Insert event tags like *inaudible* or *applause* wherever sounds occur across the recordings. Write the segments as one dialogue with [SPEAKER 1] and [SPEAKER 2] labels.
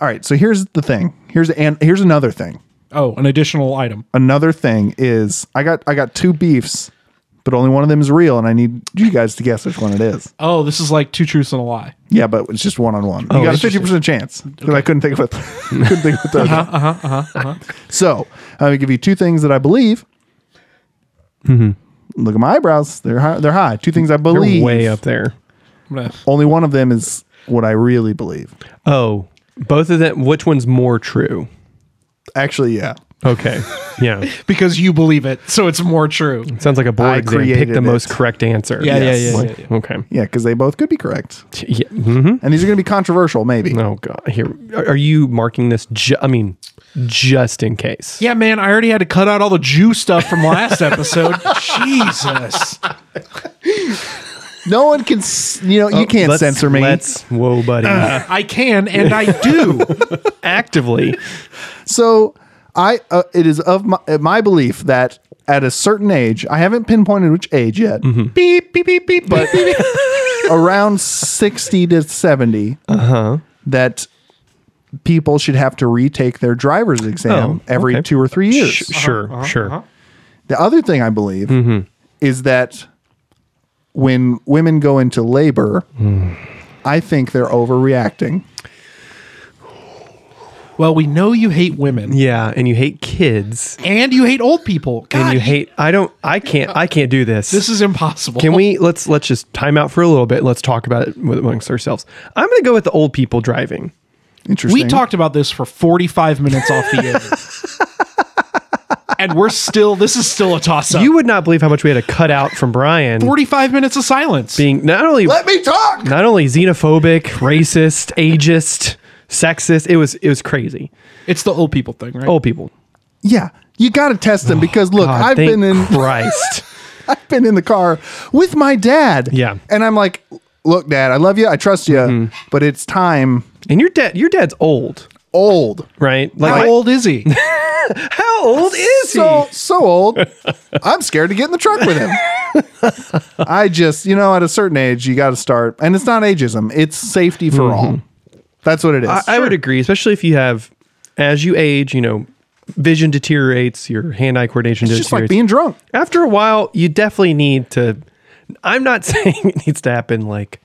[SPEAKER 1] All right, so here's the thing. Here's and here's another thing.
[SPEAKER 2] Oh, an additional item.
[SPEAKER 1] Another thing is I got I got two beefs, but only one of them is real, and I need you guys to guess which one it is.
[SPEAKER 2] Oh, this is like two truths and a lie.
[SPEAKER 1] Yeah, but it's just one on one. You got a fifty percent chance because I couldn't think of it. *laughs* couldn't think of it. Uh-huh, uh-huh, uh-huh, So I'm gonna give you two things that I believe. Look at my eyebrows; they're high, Mm-hmm. they're high. Two things I believe.
[SPEAKER 3] You're way up there.
[SPEAKER 2] I'm gonna-
[SPEAKER 1] Only one of them is what I really believe.
[SPEAKER 3] Oh, both of them. Which one's more true?
[SPEAKER 1] Actually, yeah.
[SPEAKER 3] Okay. *laughs* Yeah.
[SPEAKER 2] because you believe it, so it's more true.
[SPEAKER 3] Sounds like a board
[SPEAKER 1] I
[SPEAKER 3] exam. Pick
[SPEAKER 1] created
[SPEAKER 3] the most
[SPEAKER 1] it.
[SPEAKER 3] correct answer.
[SPEAKER 2] Yeah, yeah, yeah,
[SPEAKER 3] Like,
[SPEAKER 2] yeah,
[SPEAKER 3] Okay.
[SPEAKER 1] Yeah, because they both could be correct.
[SPEAKER 3] Yeah. hmm
[SPEAKER 1] And these are going to be controversial, maybe.
[SPEAKER 3] Oh God. Here, are are you marking this? Ju- I mean, just in case.
[SPEAKER 2] Yeah, man, I already had to cut out all the Jew stuff from last *laughs* episode. Jesus.
[SPEAKER 1] No one can, s- you know, you can't
[SPEAKER 3] Oh, Let's-
[SPEAKER 1] censor me.
[SPEAKER 3] Let's. Whoa, buddy.
[SPEAKER 1] *laughs*
[SPEAKER 2] I can and I do.
[SPEAKER 3] Actively.
[SPEAKER 1] So, I uh, it is of my, uh, my belief that at a certain age, I haven't pinpointed which age yet,
[SPEAKER 3] Mm-hmm.
[SPEAKER 2] beep, beep, beep, beep, but beep, beep.
[SPEAKER 3] *laughs*
[SPEAKER 1] around sixty to seventy,
[SPEAKER 3] Uh-huh.
[SPEAKER 1] that people should have to retake their driver's exam
[SPEAKER 3] Oh,
[SPEAKER 1] every
[SPEAKER 3] okay.
[SPEAKER 1] two or three years.
[SPEAKER 3] Sh-
[SPEAKER 1] Uh-huh.
[SPEAKER 3] Mm-hmm. sure. sure.
[SPEAKER 1] The other thing I believe is that when women go into labor,
[SPEAKER 3] Hmm.
[SPEAKER 1] I think they're overreacting.
[SPEAKER 2] Well, we know you hate women
[SPEAKER 3] Yeah, and you hate kids,
[SPEAKER 2] and you hate old people. God,
[SPEAKER 3] and you hate. I don't. I can't. I can't do this.
[SPEAKER 2] this is impossible.
[SPEAKER 3] Can we let's let's just time out for a little bit. Let's talk about it amongst ourselves. I'm going to go with the old people driving.
[SPEAKER 1] Interesting.
[SPEAKER 2] We talked about this for 45 minutes off the air.
[SPEAKER 3] *laughs*
[SPEAKER 2] and we're still, this is still a toss up.
[SPEAKER 3] You would not believe how much we had to cut out from Brian
[SPEAKER 2] 45 minutes of silence.
[SPEAKER 3] being not only
[SPEAKER 1] Let me talk.
[SPEAKER 3] not only xenophobic, racist, ageist, sexist. It was it was crazy.
[SPEAKER 2] it's the old people thing, right?
[SPEAKER 3] Old people.
[SPEAKER 1] Yeah, you got to test them because look,
[SPEAKER 3] Oh, God,
[SPEAKER 1] I've
[SPEAKER 3] thank
[SPEAKER 1] been in *laughs*
[SPEAKER 3] Christ.
[SPEAKER 1] I've been in the car with my dad.
[SPEAKER 3] Yeah. Mm-hmm.
[SPEAKER 1] and I'm like, look, Dad, I love you, I trust you, but it's time.
[SPEAKER 3] and your dad, your dad's old,
[SPEAKER 1] Old,
[SPEAKER 3] right? Like
[SPEAKER 2] How
[SPEAKER 3] my-
[SPEAKER 2] old is he?
[SPEAKER 3] How old is
[SPEAKER 1] so so old. *laughs* I'm scared to get in the truck with him.
[SPEAKER 3] *laughs*
[SPEAKER 1] I just, you know, at a certain age, you got to start, and it's not ageism; it's safety for all. That's what it is.
[SPEAKER 3] Mm-hmm. I, I would agree, especially if you have, as you age, you know, vision deteriorates, your hand-eye coordination
[SPEAKER 1] it's
[SPEAKER 3] deteriorates.
[SPEAKER 1] just like being drunk.
[SPEAKER 3] after a while, you definitely need to. I'm not *laughs* saying it needs to happen like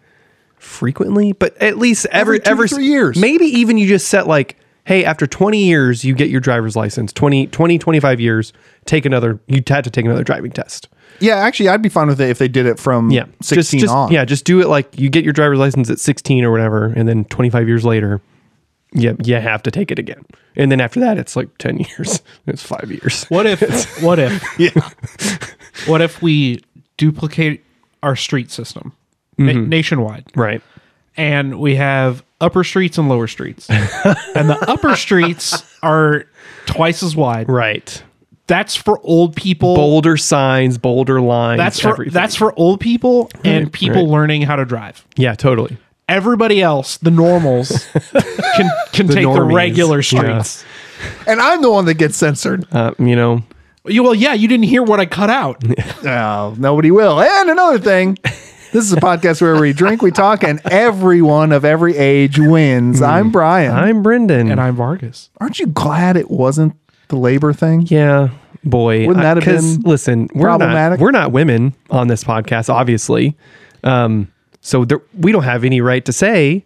[SPEAKER 3] frequently, but at least
[SPEAKER 1] Every
[SPEAKER 3] every
[SPEAKER 1] two to
[SPEAKER 3] every
[SPEAKER 1] three years.
[SPEAKER 3] Maybe even you just set like, hey, after 20 years, you get your driver's license. 20, 20 25 years, take another. You had to take another driving test.
[SPEAKER 1] Yeah, actually, I'd be fine with it if they did it from
[SPEAKER 3] Yeah, Just-
[SPEAKER 1] 16
[SPEAKER 3] just,
[SPEAKER 1] on.
[SPEAKER 3] Yeah, just do it like you get your driver's license at 16 or whatever, and then 25 years later. Yeah, you have to take it again, and then after that, it's like ten *laughs* years. It's five years.
[SPEAKER 2] What
[SPEAKER 3] *laughs*
[SPEAKER 2] if? What if? yeah. What if we duplicate our street system na-
[SPEAKER 3] Mm-hmm.
[SPEAKER 2] nationwide,
[SPEAKER 3] Right?
[SPEAKER 2] and we have upper streets and lower
[SPEAKER 3] *laughs*
[SPEAKER 2] streets, and the upper streets are twice as wide.
[SPEAKER 3] Right.
[SPEAKER 2] That's for old people.
[SPEAKER 3] Bolder signs, bolder lines.
[SPEAKER 2] that's for
[SPEAKER 3] everything.
[SPEAKER 2] that's for old people and
[SPEAKER 3] Right,
[SPEAKER 2] people
[SPEAKER 3] right.
[SPEAKER 2] learning how to drive.
[SPEAKER 3] Yeah, totally.
[SPEAKER 2] Everybody else, the normals,
[SPEAKER 3] *laughs*
[SPEAKER 2] can can take the
[SPEAKER 3] normies.
[SPEAKER 2] regular
[SPEAKER 3] Yeah.
[SPEAKER 2] streets.
[SPEAKER 1] and I'm the one that gets censored.
[SPEAKER 3] Uh, you know,
[SPEAKER 2] You, well, yeah, you didn't hear what I cut out.
[SPEAKER 1] Oh, nobody will. And another thing, this is a podcast where we drink, we talk, and everyone of every age wins.
[SPEAKER 3] Mm.
[SPEAKER 1] I'm Brian.
[SPEAKER 3] I'm Brendan.
[SPEAKER 2] And I'm Vargas.
[SPEAKER 1] Aren't you glad it wasn't the labor thing?
[SPEAKER 3] yeah, boy.
[SPEAKER 1] Wouldn't
[SPEAKER 3] I-
[SPEAKER 1] that have
[SPEAKER 3] 'cause,
[SPEAKER 1] been
[SPEAKER 3] listen? We're
[SPEAKER 1] problematic?
[SPEAKER 3] not we're not women on this podcast, obviously. Um, so there, we don't have any right to say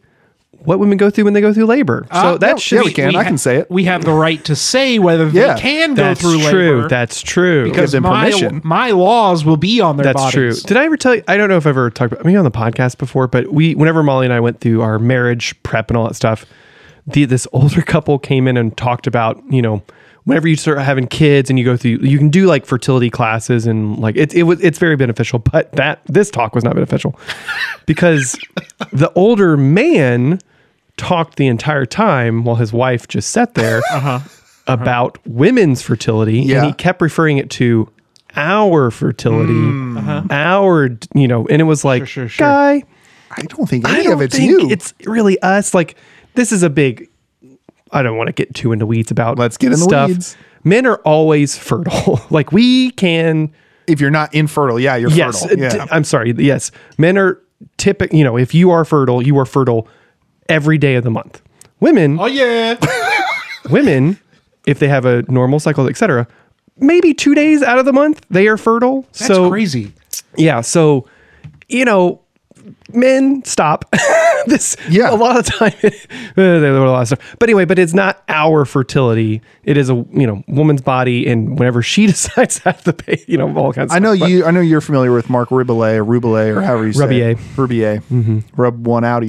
[SPEAKER 3] what women go through when they go through labor. So
[SPEAKER 2] Uh,
[SPEAKER 3] that
[SPEAKER 1] Ah, no,
[SPEAKER 3] should
[SPEAKER 1] yeah, we can. I
[SPEAKER 2] ha-
[SPEAKER 1] say it.
[SPEAKER 2] We have the right to say whether
[SPEAKER 1] Yeah.
[SPEAKER 2] they can go
[SPEAKER 3] that's
[SPEAKER 2] through
[SPEAKER 3] true.
[SPEAKER 2] labor.
[SPEAKER 3] That's true.
[SPEAKER 2] because
[SPEAKER 1] them
[SPEAKER 2] my,
[SPEAKER 1] permission.
[SPEAKER 2] my laws will be on their
[SPEAKER 3] That's
[SPEAKER 2] bodies.
[SPEAKER 3] true. Did I ever tell you? I don't know if I've ever talked about maybe on the podcast before, but we, whenever Molly and I went through our marriage prep and all that stuff, the, this older *laughs* couple came in and talked about, you know, whenever you start having kids and you go through, you can do like fertility classes and like it, it was, it's very beneficial. But that this talk was not beneficial *laughs* because the older man talked the entire time while his wife just
[SPEAKER 1] *laughs*
[SPEAKER 3] sat there about women's fertility
[SPEAKER 1] Uh-huh. Yeah.
[SPEAKER 3] and he kept referring it to our fertility
[SPEAKER 1] Mm. Uh-huh.
[SPEAKER 3] our you know and it was like
[SPEAKER 2] sure, sure.
[SPEAKER 3] guy
[SPEAKER 1] I don't think
[SPEAKER 3] i
[SPEAKER 1] any
[SPEAKER 3] don't
[SPEAKER 1] of it's
[SPEAKER 3] think
[SPEAKER 1] you.
[SPEAKER 3] it's really us like this is a big i don't want to get too into weeds about
[SPEAKER 1] Let's get in the
[SPEAKER 3] stuff
[SPEAKER 1] weeds.
[SPEAKER 3] men are always fertile *laughs* like we can
[SPEAKER 1] if you're not infertile, yeah, you're
[SPEAKER 3] yes
[SPEAKER 1] fertile.
[SPEAKER 3] uh,
[SPEAKER 1] Yeah.
[SPEAKER 3] d- i'm sorry yes men are typical you know if you are fertile you are fertile every day of the month Women,
[SPEAKER 2] Oh yeah.
[SPEAKER 3] women, if they have a normal cycle, etc., maybe two days out of the month they are fertile.
[SPEAKER 2] That's
[SPEAKER 3] so
[SPEAKER 2] crazy.
[SPEAKER 3] yeah, so you know, men stop. *laughs* this
[SPEAKER 1] Yeah.
[SPEAKER 3] a lot of time *laughs* uh, there were a lot of stuff. But anyway, but it's not our fertility. It is a you know woman's body, and whenever she *laughs* decides to have the baby, you know all kinds. of
[SPEAKER 1] I know
[SPEAKER 3] stuff, but-
[SPEAKER 1] you. I know you're familiar with Mark Ribelay or Rubelay or however you say
[SPEAKER 3] Rubier.
[SPEAKER 1] it. Rubier.
[SPEAKER 3] Mm-hmm.
[SPEAKER 1] Rub one out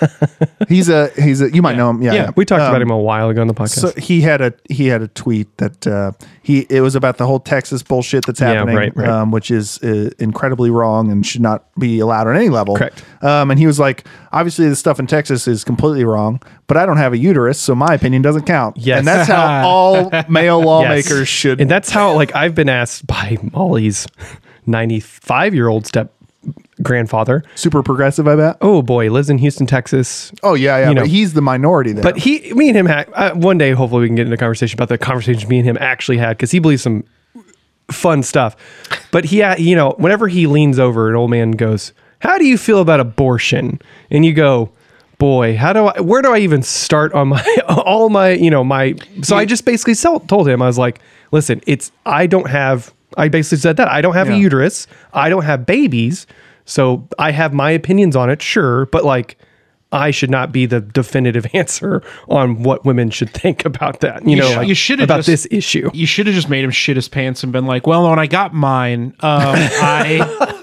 [SPEAKER 3] *laughs*
[SPEAKER 1] he's a he's a. You might know him. Yeah,
[SPEAKER 2] Yeah.
[SPEAKER 1] yeah.
[SPEAKER 3] We talked about him a while ago on the podcast.
[SPEAKER 1] So he had a he had a tweet that uh, he it was about the whole Texas bullshit that's
[SPEAKER 3] Yeah,
[SPEAKER 1] happening,
[SPEAKER 3] right, right.
[SPEAKER 1] Um, which is uh, incredibly wrong and should not be allowed on any level.
[SPEAKER 3] Correct.
[SPEAKER 1] Um, and he was like, obviously, the stuff in Texas is completely wrong, but I don't have a uterus, so my opinion doesn't count.
[SPEAKER 3] Yes.
[SPEAKER 1] and that's how
[SPEAKER 3] *laughs*
[SPEAKER 1] all male
[SPEAKER 3] Yes.
[SPEAKER 1] lawmakers should.
[SPEAKER 3] And that's how, like, I've been asked by Molly's 95 year old step grandfather.
[SPEAKER 1] super progressive, I bet.
[SPEAKER 3] Oh boy, lives in Houston, Texas.
[SPEAKER 1] Oh yeah, yeah.
[SPEAKER 3] You
[SPEAKER 1] but
[SPEAKER 3] know.
[SPEAKER 1] he's the minority there.
[SPEAKER 3] But he, me and him, had, uh, one day hopefully we can get into a conversation about the conversation me and him actually had because he believes some fun stuff. But he, uh, you know, whenever he leans over, an old man goes, "How do you feel about abortion?" And you go. Boy, how do I? Where do I even start on my *laughs* all my you know my? So I just basically sel- told him I was like, listen, it's I don't have. I basically said that I don't have
[SPEAKER 1] Yeah.
[SPEAKER 3] a uterus. I don't have babies, so I have my opinions on it, sure, but like I should not be the definitive *laughs* answer on what women should think about that.
[SPEAKER 2] You
[SPEAKER 3] You, know,
[SPEAKER 2] sh-
[SPEAKER 3] like,
[SPEAKER 2] you should've
[SPEAKER 3] about
[SPEAKER 2] just-
[SPEAKER 3] this issue.
[SPEAKER 2] You should have just made him shit his pants and been like, "Well, when I got mine, um, I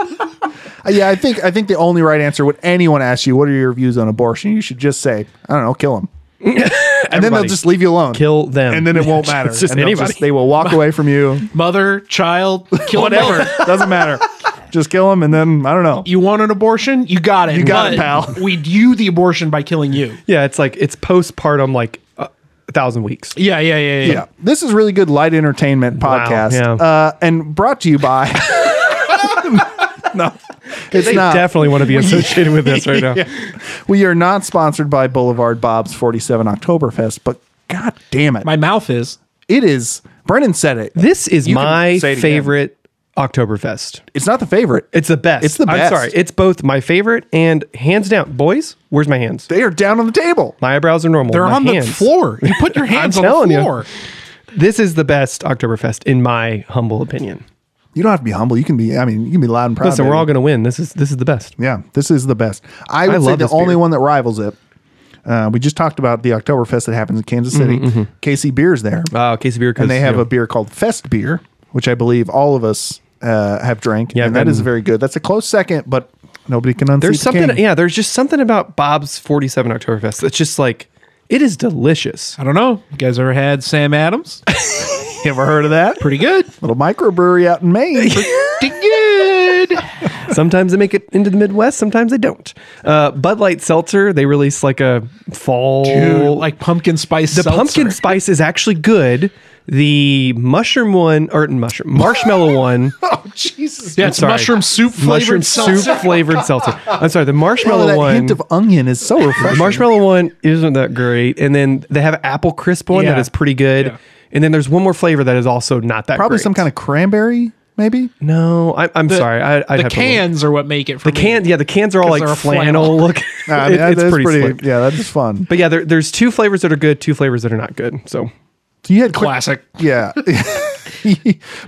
[SPEAKER 1] Uh, yeah, I think I think the only right answer when anyone asks you what are your views on abortion, you should just say, I don't know, kill
[SPEAKER 3] *laughs*
[SPEAKER 1] him. and then they'll
[SPEAKER 3] Everybody.
[SPEAKER 1] just leave you alone.
[SPEAKER 3] Kill them.
[SPEAKER 1] And then it won't matter.
[SPEAKER 3] *laughs* It's just
[SPEAKER 1] And they'll
[SPEAKER 3] anybody.
[SPEAKER 1] they will walk away from
[SPEAKER 3] *laughs*
[SPEAKER 1] you.
[SPEAKER 2] mother, child, kill whatever."
[SPEAKER 1] Whatever. Doesn't matter. Just kill them and then I don't know.
[SPEAKER 2] You want an abortion? You got it. You
[SPEAKER 1] got it, pal.
[SPEAKER 2] *laughs* We do the abortion by killing you.
[SPEAKER 3] yeah, it's like it's postpartum, like uh, a thousand weeks.
[SPEAKER 2] Yeah, yeah, yeah, yeah.
[SPEAKER 1] Yeah. This is really good light entertainment podcast.
[SPEAKER 3] yeah.
[SPEAKER 1] Uh, and brought to you
[SPEAKER 3] *laughs*
[SPEAKER 1] by *laughs* No. It's
[SPEAKER 3] They
[SPEAKER 1] not.
[SPEAKER 3] definitely want to be associated with this right now.
[SPEAKER 1] we are not sponsored by Boulevard Bob's 47 Oktoberfest, but god damn it.
[SPEAKER 2] My mouth is.
[SPEAKER 1] it is Brennan said it.
[SPEAKER 3] This is
[SPEAKER 1] You can
[SPEAKER 3] my
[SPEAKER 1] say it again.
[SPEAKER 3] favorite Oktoberfest.
[SPEAKER 1] It's not the favorite.
[SPEAKER 3] It's the best.
[SPEAKER 1] It's the best.
[SPEAKER 3] I'm sorry. It's both my favorite and hands down. Boys, where's my hands?
[SPEAKER 1] They are down on the table.
[SPEAKER 3] My eyebrows are normal.
[SPEAKER 2] They're
[SPEAKER 3] My
[SPEAKER 2] on
[SPEAKER 3] hands.
[SPEAKER 2] the floor. You put your hands on
[SPEAKER 3] telling
[SPEAKER 2] the
[SPEAKER 3] you.
[SPEAKER 2] floor.
[SPEAKER 3] This is the best Oktoberfest, in my humble opinion.
[SPEAKER 1] You don't have to be humble. You can be. I mean, you can be loud and proud.
[SPEAKER 3] Listen, we're
[SPEAKER 1] baby.
[SPEAKER 3] all going to win. This is this is the best.
[SPEAKER 1] Yeah, this is the best. I would say
[SPEAKER 3] love
[SPEAKER 1] the
[SPEAKER 3] this
[SPEAKER 1] only
[SPEAKER 3] beer.
[SPEAKER 1] one that rivals it. Uh, we just talked about the Oktoberfest that happens in Kansas
[SPEAKER 3] Mm-hmm,
[SPEAKER 1] City. KC Beer's there,
[SPEAKER 3] Wow, Casey Beer,
[SPEAKER 1] and they have a beer called Fest Beer, which I believe all of us uh, have drank.
[SPEAKER 3] Yeah,
[SPEAKER 1] and that is
[SPEAKER 3] and-
[SPEAKER 1] very good. That's a close second, but nobody can unseat
[SPEAKER 3] There's
[SPEAKER 1] the
[SPEAKER 3] something,
[SPEAKER 1] king.
[SPEAKER 3] yeah. There's just something about Bob's 47 Oktoberfest that's just like it is delicious.
[SPEAKER 2] I don't know. You guys ever had Sam Adams?
[SPEAKER 3] *laughs*
[SPEAKER 1] You ever heard of that?
[SPEAKER 2] Pretty good.
[SPEAKER 1] Little microbrewery out in
[SPEAKER 3] *laughs*
[SPEAKER 1] Maine. *laughs*
[SPEAKER 2] Pretty good.
[SPEAKER 3] sometimes they make it into the Midwest, sometimes they don't. Uh, Bud Light Seltzer, they release like a fall,
[SPEAKER 2] Dude, like pumpkin spice.
[SPEAKER 3] the pumpkin spice is actually good. The mushroom one, or
[SPEAKER 2] *laughs*
[SPEAKER 3] mushroom marshmallow one,
[SPEAKER 1] oh Jesus!
[SPEAKER 2] Yeah, it's
[SPEAKER 3] sorry.
[SPEAKER 2] mushroom soup flavored
[SPEAKER 3] mushroom
[SPEAKER 2] seltzer.
[SPEAKER 3] soup flavored seltzer. I'm sorry, the
[SPEAKER 1] Oh,
[SPEAKER 3] marshmallow
[SPEAKER 1] that
[SPEAKER 3] one.
[SPEAKER 1] hint of onion is
[SPEAKER 3] *laughs*
[SPEAKER 1] so refreshing.
[SPEAKER 3] The marshmallow one isn't that great. And then they have apple crisp one that
[SPEAKER 2] Yeah.
[SPEAKER 3] is pretty good.
[SPEAKER 2] Yeah.
[SPEAKER 3] And then there's one more flavor that is also not that
[SPEAKER 1] Probably
[SPEAKER 3] great.
[SPEAKER 1] some kind of cranberry,
[SPEAKER 3] *laughs*
[SPEAKER 1] maybe.
[SPEAKER 3] No, I, I'm sorry. I, I'd
[SPEAKER 2] The
[SPEAKER 3] have to look.
[SPEAKER 2] cans are what make it for
[SPEAKER 3] The can, yeah, the cans are all
[SPEAKER 2] 'Cause
[SPEAKER 3] like
[SPEAKER 2] they're a
[SPEAKER 3] flannel
[SPEAKER 2] flannel.
[SPEAKER 3] look.
[SPEAKER 1] I
[SPEAKER 3] *laughs* It-
[SPEAKER 1] mean,
[SPEAKER 3] it's
[SPEAKER 1] that's
[SPEAKER 3] pretty,
[SPEAKER 1] pretty.
[SPEAKER 3] slick.
[SPEAKER 1] Yeah, that's fun.
[SPEAKER 3] But yeah, there, there's two flavors that are good, two flavors that are not good. So
[SPEAKER 1] You had quick,
[SPEAKER 2] Classic.
[SPEAKER 1] yeah. *laughs*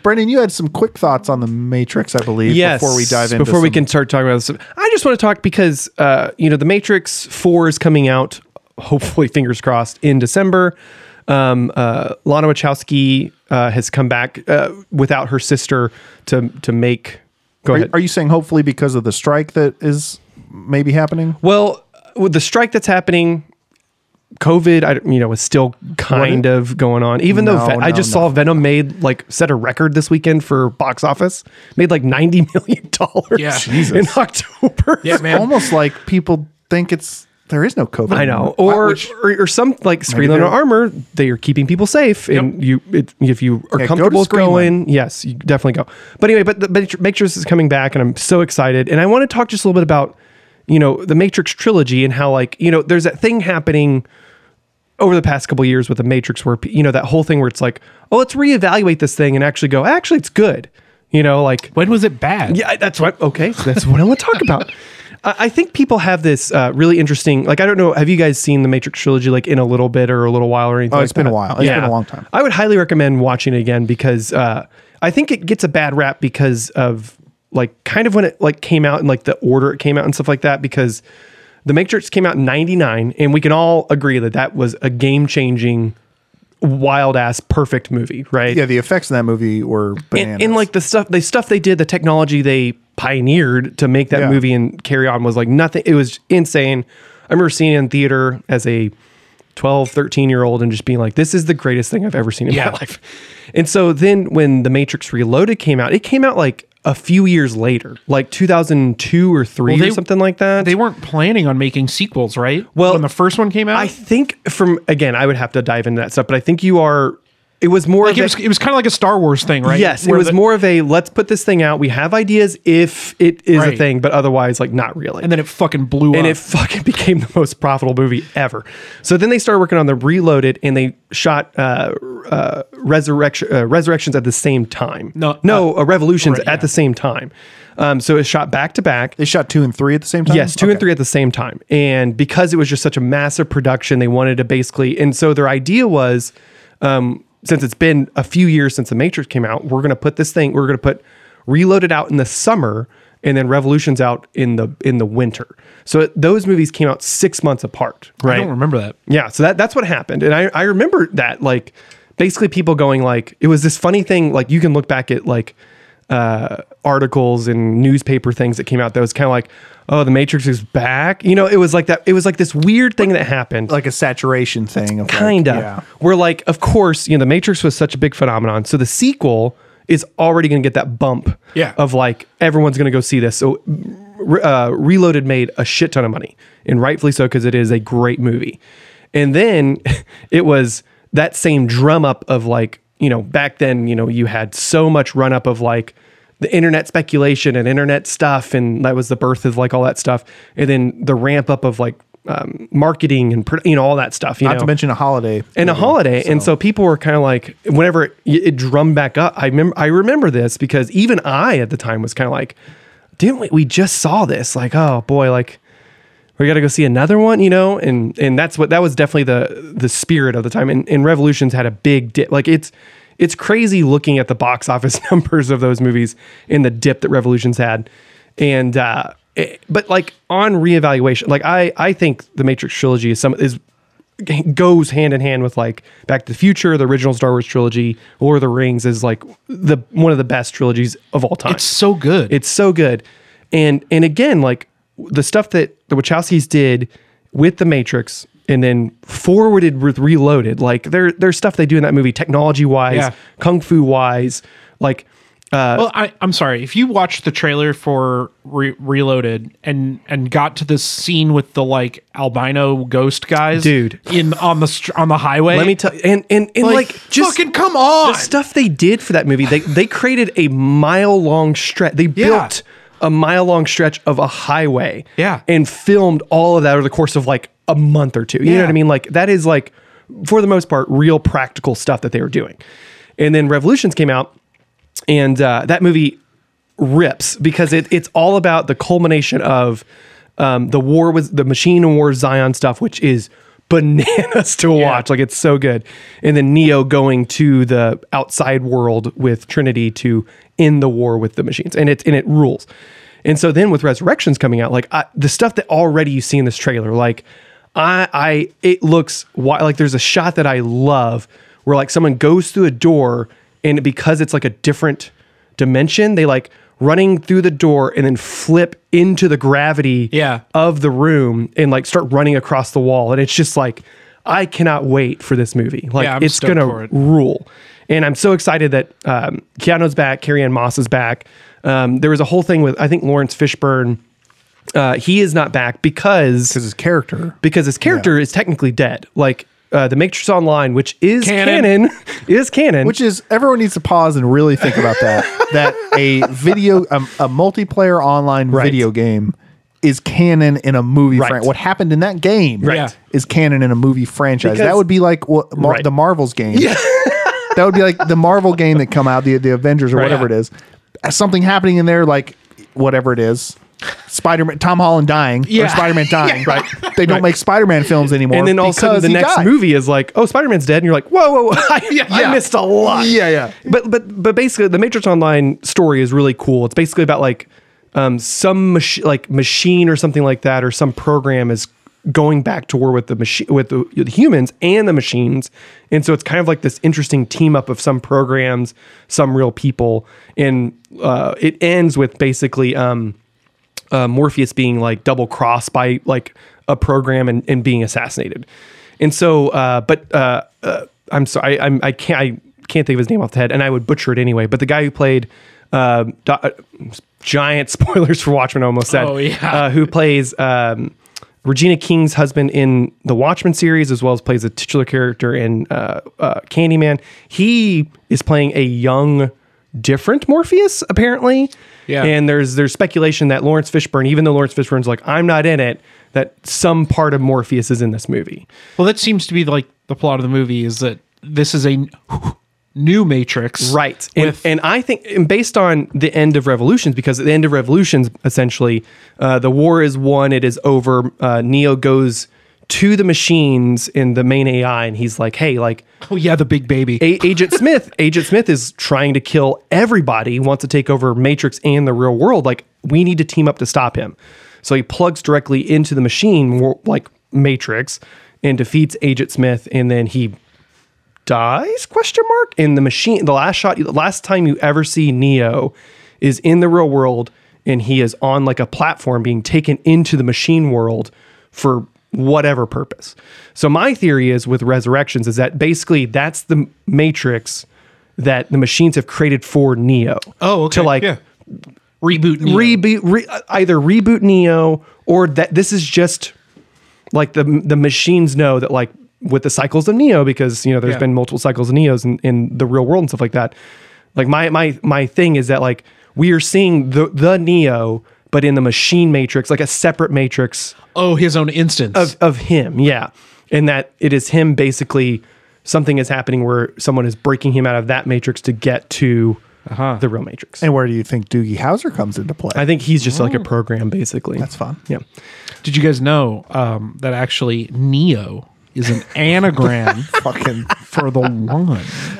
[SPEAKER 1] Brendan, you had some quick thoughts on the Matrix, I believe.
[SPEAKER 3] yes,
[SPEAKER 1] before we dive into
[SPEAKER 3] before we
[SPEAKER 1] some-
[SPEAKER 3] can start talking about this, I just want to talk because uh, you know the Matrix Four is coming out. Hopefully, *laughs* fingers crossed in December. Um, uh, Lana Wachowski uh, has come back uh, without her sister to to make. Go
[SPEAKER 1] Are,
[SPEAKER 3] ahead.
[SPEAKER 1] are you saying hopefully because of the strike that is maybe happening?
[SPEAKER 3] Well, with the strike that's happening, COVID, I, you know, is still kind of going on. Even
[SPEAKER 1] No,
[SPEAKER 3] though Ven- I
[SPEAKER 1] no,
[SPEAKER 3] just
[SPEAKER 1] no.
[SPEAKER 3] saw Venom made like set a record this weekend for box office, made like ninety million dollars
[SPEAKER 2] Yeah.
[SPEAKER 3] in October.
[SPEAKER 2] Yeah, man.
[SPEAKER 1] Almost like people think it's there is no COVID.
[SPEAKER 3] I know, or,
[SPEAKER 1] Which-
[SPEAKER 3] or or some like
[SPEAKER 1] they're-
[SPEAKER 3] Screenland or Armor, they are keeping people safe, and you it, if you are
[SPEAKER 1] Yeah, go
[SPEAKER 3] comfortable
[SPEAKER 1] to
[SPEAKER 3] going, yes, you definitely go. But anyway, but the but Matrix is coming back, and I'm so excited, and I want to talk just a little bit about you know the Matrix trilogy and how like you know there's that thing happening over the past couple years with the Matrix, where you know that whole thing where it's like, oh, let's reevaluate this thing and actually go, actually, it's good, you know, like
[SPEAKER 2] When was it bad?
[SPEAKER 3] yeah, I- that's what. Okay, so that's what I want to talk about. *laughs* I I think people have this uh, really interesting. Like, I don't know. Have you guys seen the Matrix trilogy? Like in a little bit or a little while or anything?
[SPEAKER 1] Oh,
[SPEAKER 3] like
[SPEAKER 1] it's been a
[SPEAKER 3] that?
[SPEAKER 1] while. It's been a long time.
[SPEAKER 3] I would highly recommend watching it again because uh, I think it gets a bad rap because of like kind of when it like came out and like the order it came out and stuff like that. Because the Matrix came out in '99, and we can all agree that that was a game changing, wild ass, perfect movie, right?
[SPEAKER 1] Yeah, the effects in that movie were bananas.
[SPEAKER 3] and, and like the stuff the stuff they did the technology they pioneered to make that
[SPEAKER 1] Yeah.
[SPEAKER 3] movie and carry on was like nothing it was insane i remember seeing it in theater as a 12 13 year old and just being like this is the greatest thing i've ever seen in my *laughs* life and so then when the matrix reloaded came out it came out like a few years later like 2002 or 3
[SPEAKER 2] Well,
[SPEAKER 3] or
[SPEAKER 2] they-
[SPEAKER 3] something like that
[SPEAKER 2] They weren't planning on making sequels, right?
[SPEAKER 3] Well,
[SPEAKER 2] when the first one came out,
[SPEAKER 3] i think from again i would have to dive into that stuff but i think you are it was more
[SPEAKER 2] like
[SPEAKER 3] of
[SPEAKER 2] it
[SPEAKER 3] a-
[SPEAKER 2] was, it was kind of like a Star Wars thing, right?
[SPEAKER 3] Yes, it
[SPEAKER 2] Where
[SPEAKER 3] was
[SPEAKER 2] the-
[SPEAKER 3] more of a let's put this thing out. We have ideas if it is a
[SPEAKER 2] Right.
[SPEAKER 3] thing, but otherwise, like not really.
[SPEAKER 2] and then it fucking blew
[SPEAKER 3] And
[SPEAKER 2] up.
[SPEAKER 3] it fucking *laughs* became the most profitable movie ever. So then they started working on the Reloaded, and they shot uh, uh, Resurrection uh, Resurrections at the same time.
[SPEAKER 2] No,
[SPEAKER 3] no, uh, Revolutions
[SPEAKER 2] right,
[SPEAKER 3] at
[SPEAKER 2] yeah.
[SPEAKER 3] the same time. Um, so it was shot back to back.
[SPEAKER 1] they shot two and three at the same time.
[SPEAKER 3] Yes, two and three at the same time. And because it was just such a massive production, they wanted to basically, and so their idea was, um, since it's been a few years since The Matrix came out, we're going to put this thing, we're going to put Reloaded out in the summer, and then Revolutions out in the in the winter. So it- those movies came out six months apart,
[SPEAKER 2] I
[SPEAKER 3] right?
[SPEAKER 2] don't remember that.
[SPEAKER 3] Yeah, so that that's what happened, and I I remember that like basically people going like it was this funny thing like you can look back at like uh articles and newspaper things that came out that was kind of like oh the Matrix is back you know it was like that it was like this weird thing that happened
[SPEAKER 1] like a saturation thing. Of like-
[SPEAKER 3] kind of
[SPEAKER 1] yeah.
[SPEAKER 3] where like of course you know the Matrix was such a big phenomenon so the sequel is already going to get that bump
[SPEAKER 2] Yeah.
[SPEAKER 3] of like everyone's going to go see this so re- uh, Reloaded made a shit ton of money, and rightfully so because it is a great movie. And then *laughs* it was that same drum up of like you know back then you know you had so much run up of like the internet speculation and internet stuff, and that was the birth of like all that stuff, and then the ramp up of like um, marketing and pro- you know all that stuff. You
[SPEAKER 1] Not
[SPEAKER 3] know?
[SPEAKER 1] to mention a holiday.
[SPEAKER 3] and a holiday. And so people were kind of like, whenever it, it drummed back up, I remember, I remember this because even I at the time was kind of like, didn't we, we just saw this? Like, oh boy, like we got to go see another one, you know? And, and that's what, that was definitely the, the spirit of the time. And, and revolutions had a big dip. Like it's, it's crazy looking at the box *laughs* office numbers of those movies and the dip that revolutions had. And, uh, it- but like on reevaluation, like I, I think the Matrix trilogy is some is goes hand in hand with like Back to the Future, the original Star Wars trilogy, Lord of the Rings is like the one of the best trilogies of all time.
[SPEAKER 2] It's so good.
[SPEAKER 3] It's so good. And and again, like the stuff that the Wachowskis did with the Matrix and then forwarded with Reloaded, like there there's stuff they do in that movie, technology wise,
[SPEAKER 2] Yeah.
[SPEAKER 3] kung fu wise, like
[SPEAKER 2] well, I, I'm sorry if you watched the trailer for Re- Reloaded and and got to this scene with the like albino ghost guys,
[SPEAKER 3] Dude.
[SPEAKER 2] in on the str- on the highway.
[SPEAKER 3] let me tell and and and like, just
[SPEAKER 2] fucking come on.
[SPEAKER 3] the stuff they did for that movie, they they created a mile long stretch. They built a mile long stretch of a highway.
[SPEAKER 2] Yeah.
[SPEAKER 3] And filmed all of that over the course of like a month or two. You know
[SPEAKER 2] Yeah.
[SPEAKER 3] what I mean? Like that is like for the most part real practical stuff that they were doing. And then Revolutions came out and uh, that movie rips because it, it's all about the culmination of um, the war was the machine war Zion stuff, which is bananas *laughs* to watch. Like it's so good. And then Neo going to the outside world with Trinity to end the war with the machines, and it and it rules. And so then with Resurrections coming out, like I, the stuff that already you see in this trailer, like I I it looks wi- like there's a shot that I love where like someone goes through a door and because it's like a different dimension, they like running through the door and then flip into the gravity
[SPEAKER 2] Yeah.
[SPEAKER 3] of the room and like start running across the wall and it's just like I cannot wait for this movie. Like
[SPEAKER 2] Yeah, I'm
[SPEAKER 3] it's
[SPEAKER 2] stoked
[SPEAKER 3] going
[SPEAKER 2] for
[SPEAKER 3] to
[SPEAKER 2] it.
[SPEAKER 3] rule. And I'm so excited that um, Keanu's back, Carrie Ann Moss is back. Um, there was a whole thing with I think Lawrence Fishburne uh, he is not back because
[SPEAKER 1] because his character.
[SPEAKER 3] because his character is technically dead. Like uh, the Matrix Online, which is
[SPEAKER 2] Canon.
[SPEAKER 3] canon, *laughs* is canon.
[SPEAKER 1] Which is everyone needs to pause and really think about
[SPEAKER 3] *laughs*
[SPEAKER 1] that. that a video, a, a multiplayer online video game, is canon in a movie.
[SPEAKER 3] Right.
[SPEAKER 1] Fran- what happened in that game
[SPEAKER 2] Yeah.
[SPEAKER 1] is canon in a movie franchise.
[SPEAKER 3] Because-
[SPEAKER 1] that would be like what Mar-
[SPEAKER 3] Right.
[SPEAKER 1] the Marvels game. *laughs* that would be like the Marvel Uh, game that come out, the the Avengers or whatever it is. Something happening in there, like whatever it is, Spider Man, Tom Holland dying,
[SPEAKER 2] Yeah.
[SPEAKER 1] or Spider
[SPEAKER 3] *laughs*
[SPEAKER 1] Man dying, right? They don't make Spider Man films anymore.
[SPEAKER 3] and then all of a sudden
[SPEAKER 1] because
[SPEAKER 3] the
[SPEAKER 1] he
[SPEAKER 3] next
[SPEAKER 1] died.
[SPEAKER 3] movie is like, oh, Spider Man's dead, and you're like, whoa, whoa, *laughs* whoa, I, I
[SPEAKER 1] Yeah.
[SPEAKER 3] missed a lot.
[SPEAKER 1] Yeah, yeah.
[SPEAKER 3] But but but basically, the Matrix Online story is really cool. It's basically about like um, some mach- like machine or something like that, or some program is going back to war with the machine with the, the humans and the machines, and so it's kind of like this interesting team up of some programs, some real people, and uh, it ends with basically. Um, uh, Morpheus being like double crossed by like a program and, and being assassinated. And so, uh, but uh, uh, I'm sorry, I, I'm, I can't I can't think of his name off the head, and I would butcher it anyway. But the guy who played uh, Do- uh, giant *laughs* spoilers for Watchmen, I almost said,
[SPEAKER 2] Oh, yeah.
[SPEAKER 3] uh, who plays um, Regina King's husband in the Watchmen series, as well as plays a titular character in uh, uh, Candyman. He is playing a young, different Morpheus, apparently.
[SPEAKER 2] Yeah.
[SPEAKER 3] And there's there's speculation that Lawrence Fishburne, even though Lawrence Fishburne's like, I'm not in it, that some part of Morpheus is in this movie.
[SPEAKER 2] Well, that seems to be like the plot of the movie is that this is a n- new Matrix,
[SPEAKER 3] Right. And,
[SPEAKER 2] With
[SPEAKER 3] and I think, and based on the end of Revolutions, because at the end of Revolutions, essentially, uh, the war is won, it is over. Uh, Neo goes to the machines in the main AI, and he's like, hey, like,
[SPEAKER 2] oh yeah, the big baby.
[SPEAKER 3] A- Agent Smith, Agent Smith is trying to kill everybody, wants to take over Matrix and the real world. Like, we need to team up to stop him. So he plugs directly into the machine, wor- like Matrix, and defeats Agent Smith, and then he dies question mark in the machine the last shot the last time you ever see neo is in the real world and he is on like a platform being taken into the machine world for whatever purpose so my theory is with resurrections is that basically that's the matrix that the machines have created for neo
[SPEAKER 2] oh, okay.
[SPEAKER 3] to like
[SPEAKER 2] yeah. reboot, Neo.
[SPEAKER 3] reboot re, either reboot neo or that this is just like the the machines know that like with the cycles of neo because you know there's
[SPEAKER 2] Yeah.
[SPEAKER 3] been multiple cycles of neos in, in the real world and stuff like that like my my my thing is that like we are seeing the the neo but in the machine matrix like a separate matrix
[SPEAKER 2] oh his own instance.
[SPEAKER 3] of, of him, yeah. And that it is him basically something is happening where someone is breaking him out of that matrix to get to
[SPEAKER 1] Uh-huh.
[SPEAKER 3] the real matrix.
[SPEAKER 1] And where do you think Doogie Howser comes into play?
[SPEAKER 3] I think he's just like a program basically.
[SPEAKER 1] Oh. That's fun.
[SPEAKER 3] Yeah.
[SPEAKER 2] Did you guys know um, that actually Neo is an anagram
[SPEAKER 1] Fucking
[SPEAKER 2] for the one?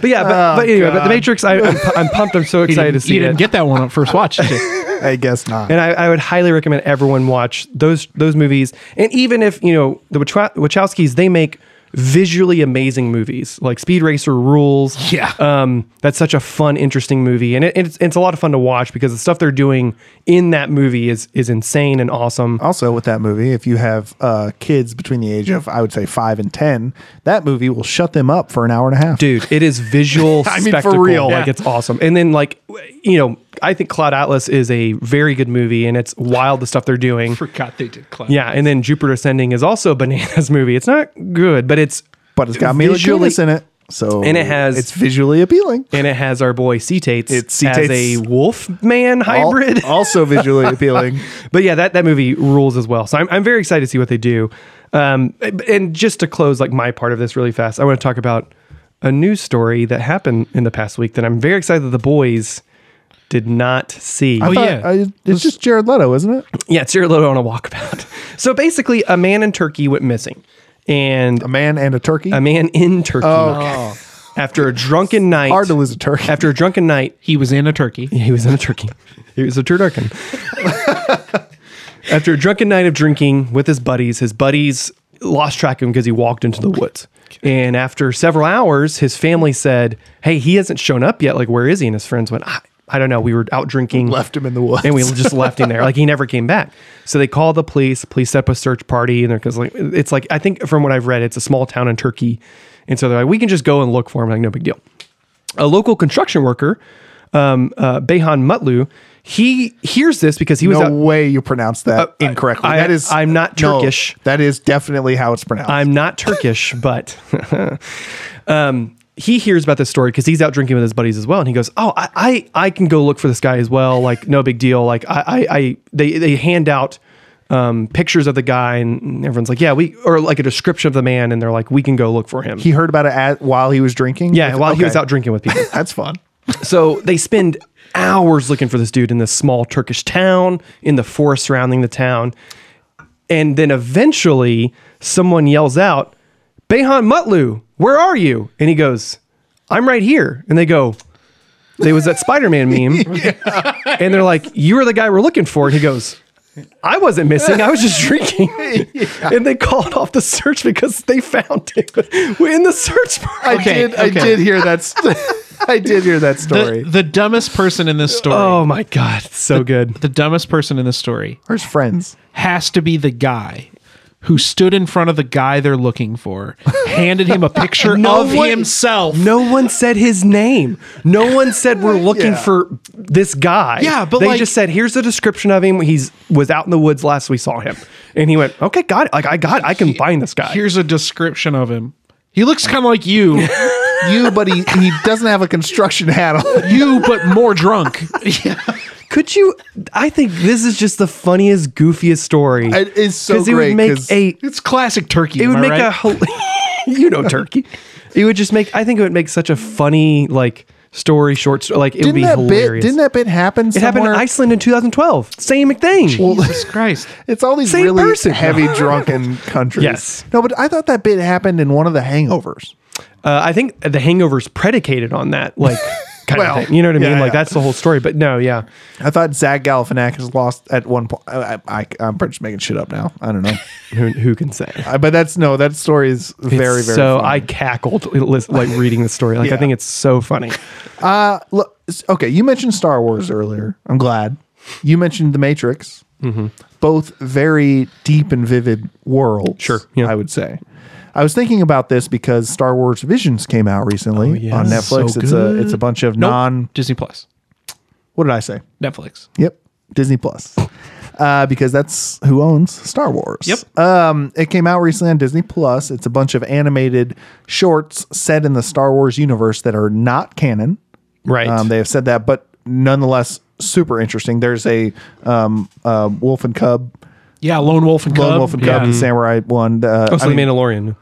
[SPEAKER 3] But yeah, but, but anyway, but the Matrix, I, I'm, pu- I'm pumped. I'm so
[SPEAKER 2] Oh, *laughs* You
[SPEAKER 3] *laughs* excited
[SPEAKER 2] didn't,
[SPEAKER 3] to see
[SPEAKER 2] you didn't
[SPEAKER 3] it.
[SPEAKER 2] get that one on first watch. did you?
[SPEAKER 1] I guess not.
[SPEAKER 3] and I, I would highly recommend everyone watch those those movies. And even if you know the Wachow- Wachowskis, they make visually amazing movies like Speed Racer Rules.
[SPEAKER 2] Yeah.
[SPEAKER 3] um, that's such a fun, interesting movie, and it, it's it's a lot of fun to watch because the stuff they're doing in that movie is is insane and awesome.
[SPEAKER 1] also, with that movie, if you have uh, kids between the age of, I would say, five and 10, that movie will shut them up for an hour and a half.
[SPEAKER 3] Dude, it
[SPEAKER 2] *laughs*
[SPEAKER 3] is visual
[SPEAKER 1] I mean, for
[SPEAKER 3] spectacle.
[SPEAKER 1] real.
[SPEAKER 3] Like
[SPEAKER 2] Yeah.
[SPEAKER 3] it's awesome. And then like w- you know, I think Cloud Atlas is a very good movie and it's wild the stuff they're doing.
[SPEAKER 2] Forgot they did Cloud.
[SPEAKER 3] Yeah, and then Jupiter Ascending is also a bananas *laughs* movie. It's not good, but it's *laughs*
[SPEAKER 1] But it's got Mila
[SPEAKER 3] visually-
[SPEAKER 1] Kunis in it. So
[SPEAKER 3] And it has-
[SPEAKER 1] it's visually appealing.
[SPEAKER 3] and it has our boy C Tates
[SPEAKER 1] It's
[SPEAKER 3] as
[SPEAKER 1] C.
[SPEAKER 3] a
[SPEAKER 1] Tate's-
[SPEAKER 3] wolf man
[SPEAKER 1] Al-
[SPEAKER 3] hybrid.
[SPEAKER 1] *laughs* also visually appealing.
[SPEAKER 3] *laughs* but yeah, that, that movie rules as well. So I'm, I'm very excited to see what they do. Um, and just to close like my part of this really fast, I want to talk about a news story that happened in the past week that I'm very excited that the boys did not see.
[SPEAKER 2] Oh,
[SPEAKER 1] But
[SPEAKER 2] yeah.
[SPEAKER 1] I- it's just Jared Leto, isn't it?
[SPEAKER 3] yeah, it's your little on a walkabout. *laughs* so basically, a man in Turkey went missing, and
[SPEAKER 1] A man and a turkey.
[SPEAKER 3] a man in Turkey after a drunken night.
[SPEAKER 1] Oh. Hard to lose a turkey.
[SPEAKER 3] after a drunken night,
[SPEAKER 2] He was in a turkey.
[SPEAKER 3] He was in a turkey. He was a turducken. *laughs* After a drunken night of drinking with his buddies, his buddies lost track of him because he walked into the woods. And after several hours, his family said, Hey, he hasn't shown up yet. Like, where is he? And his friends went, I, I don't know. We were out drinking.
[SPEAKER 1] Left him in the woods.
[SPEAKER 3] And we just left him there. Like, he never came back. So they called the police. Police set up a search party. And they're because, like, it's like, I think from what I've read, it's a small town in Turkey. And so they're like, We can just go and look for him. Like, no big deal a local construction worker, um, uh, Behan Mutlu, he hears this because he was
[SPEAKER 1] no
[SPEAKER 3] out.
[SPEAKER 1] way you pronounce that incorrectly.
[SPEAKER 3] Uh, I-
[SPEAKER 1] that is
[SPEAKER 3] I'm not
[SPEAKER 1] no,
[SPEAKER 3] Turkish.
[SPEAKER 1] that is definitely how it's pronounced.
[SPEAKER 3] I'm
[SPEAKER 1] *laughs*
[SPEAKER 3] not Turkish, but *laughs* um, he hears about this story because he's out drinking with his buddies as well, and he goes, "Oh, I, I, I can go look for this guy as well. Like, no big deal. Like, I, I, I they, they hand out." Um, pictures of the guy and everyone's like, yeah, we or like a description of the man, and they're like, we can go look for him.
[SPEAKER 1] he heard about it at, while he was drinking.
[SPEAKER 3] yeah, while he was
[SPEAKER 1] Okay.
[SPEAKER 3] out drinking with people.
[SPEAKER 1] That's fun.
[SPEAKER 3] so they spend hours looking for this dude in this small Turkish town, in the forest surrounding the town. And then eventually someone yells out, Behan Mutlu, where are you? And he goes, I'm right here. And they go, There was that Spider
[SPEAKER 1] *laughs*
[SPEAKER 3] Man meme. And they're like, You were the guy we're looking for. And he goes, I wasn't missing. I was
[SPEAKER 1] *laughs*
[SPEAKER 3] just drinking. And they called off the search because they found it *laughs* in the search bar.
[SPEAKER 1] I did. I
[SPEAKER 2] okay.
[SPEAKER 1] did hear that. St- *laughs* I did hear that story.
[SPEAKER 2] The, the dumbest person in this story.
[SPEAKER 3] Oh my God. It's so good.
[SPEAKER 2] The dumbest person in this story
[SPEAKER 1] Where's friends?
[SPEAKER 2] has to be the guy who stood in front of the guy they're looking
[SPEAKER 3] *laughs*
[SPEAKER 2] for, handed him a picture
[SPEAKER 3] No
[SPEAKER 2] of
[SPEAKER 3] one-
[SPEAKER 2] himself.
[SPEAKER 3] No one said his name. No one said we're looking
[SPEAKER 1] Yeah.
[SPEAKER 3] for this guy.
[SPEAKER 2] Yeah, but
[SPEAKER 3] they
[SPEAKER 2] like-
[SPEAKER 3] just said here's a description of him. He's was out in the woods last we saw him, and he went, "Okay, got it. Like I got, it. I can find this guy."
[SPEAKER 2] Here's a description of him. He looks kind of like you,
[SPEAKER 3] *laughs*
[SPEAKER 1] You, but he, he doesn't have a construction hat on. *laughs*
[SPEAKER 2] you but more
[SPEAKER 3] *laughs*
[SPEAKER 2] drunk.
[SPEAKER 3] Could you? I think this is just the funniest, goofiest story.
[SPEAKER 1] It is so
[SPEAKER 3] it
[SPEAKER 1] great.
[SPEAKER 3] would make
[SPEAKER 1] 'cause-
[SPEAKER 3] a.
[SPEAKER 2] It's classic turkey.
[SPEAKER 3] It would
[SPEAKER 2] am I
[SPEAKER 3] make
[SPEAKER 2] right?
[SPEAKER 3] a. hol- *laughs* you know, turkey. It would just make. I think it would make such a funny like story, short story. Like it would
[SPEAKER 1] didn't
[SPEAKER 3] be
[SPEAKER 1] that
[SPEAKER 3] hilarious.
[SPEAKER 1] bit? Didn't that bit happen?
[SPEAKER 3] it happened in Iceland in 2012. Same thing.
[SPEAKER 2] Jesus Christ.
[SPEAKER 1] It's all these
[SPEAKER 3] Same
[SPEAKER 1] really
[SPEAKER 3] person. *laughs*
[SPEAKER 1] heavy drunken countries.
[SPEAKER 3] Yes.
[SPEAKER 1] No, but I thought that bit happened in one of the hangovers.
[SPEAKER 3] Uh, I think the hangover's predicated on that,
[SPEAKER 1] *laughs*
[SPEAKER 3] like kind
[SPEAKER 1] Well,
[SPEAKER 3] of thing. You know what I mean?
[SPEAKER 1] yeah,
[SPEAKER 3] like
[SPEAKER 1] yeah.
[SPEAKER 3] that's the whole story. But no, yeah,
[SPEAKER 1] I thought Zach Galifianakis lost at one point. I, I, am just making shit up now. I don't know.
[SPEAKER 3] who, who can say? It's
[SPEAKER 1] I, but that's no. That story is very very.
[SPEAKER 3] So
[SPEAKER 1] funny.
[SPEAKER 3] I cackled lis- like reading the story. Like I
[SPEAKER 1] Yeah.
[SPEAKER 3] think it's
[SPEAKER 1] *laughs*
[SPEAKER 3] so funny.
[SPEAKER 1] Uh, look, s- okay, you mentioned Star Wars earlier. I'm glad. You mentioned The Matrix. Both very deep and vivid worlds. Sure.
[SPEAKER 3] yeah.
[SPEAKER 1] I would say. I was thinking about this because Star Wars Visions came out recently
[SPEAKER 3] yeah.
[SPEAKER 1] on Netflix.
[SPEAKER 3] So
[SPEAKER 1] it's a it's a bunch of non.
[SPEAKER 2] Disney Plus,
[SPEAKER 1] What did I say?
[SPEAKER 2] Netflix.
[SPEAKER 1] Yep. Disney Plus. *laughs* Uh, because that's who owns Star Wars.
[SPEAKER 2] Yep.
[SPEAKER 1] Um, it came out recently on Disney Plus. It's a bunch of animated shorts set in the Star Wars universe that are not canon.
[SPEAKER 3] Right.
[SPEAKER 1] Um, they have said that, but nonetheless, super interesting. There's a um, uh, Wolf and Cub,
[SPEAKER 2] Yeah, Lone Wolf and
[SPEAKER 1] Lone
[SPEAKER 2] Cub.
[SPEAKER 1] Wolf and
[SPEAKER 2] yeah.
[SPEAKER 1] Cub, and Samurai one. Uh,
[SPEAKER 3] oh, so
[SPEAKER 1] I mean,
[SPEAKER 3] the Mandalorian.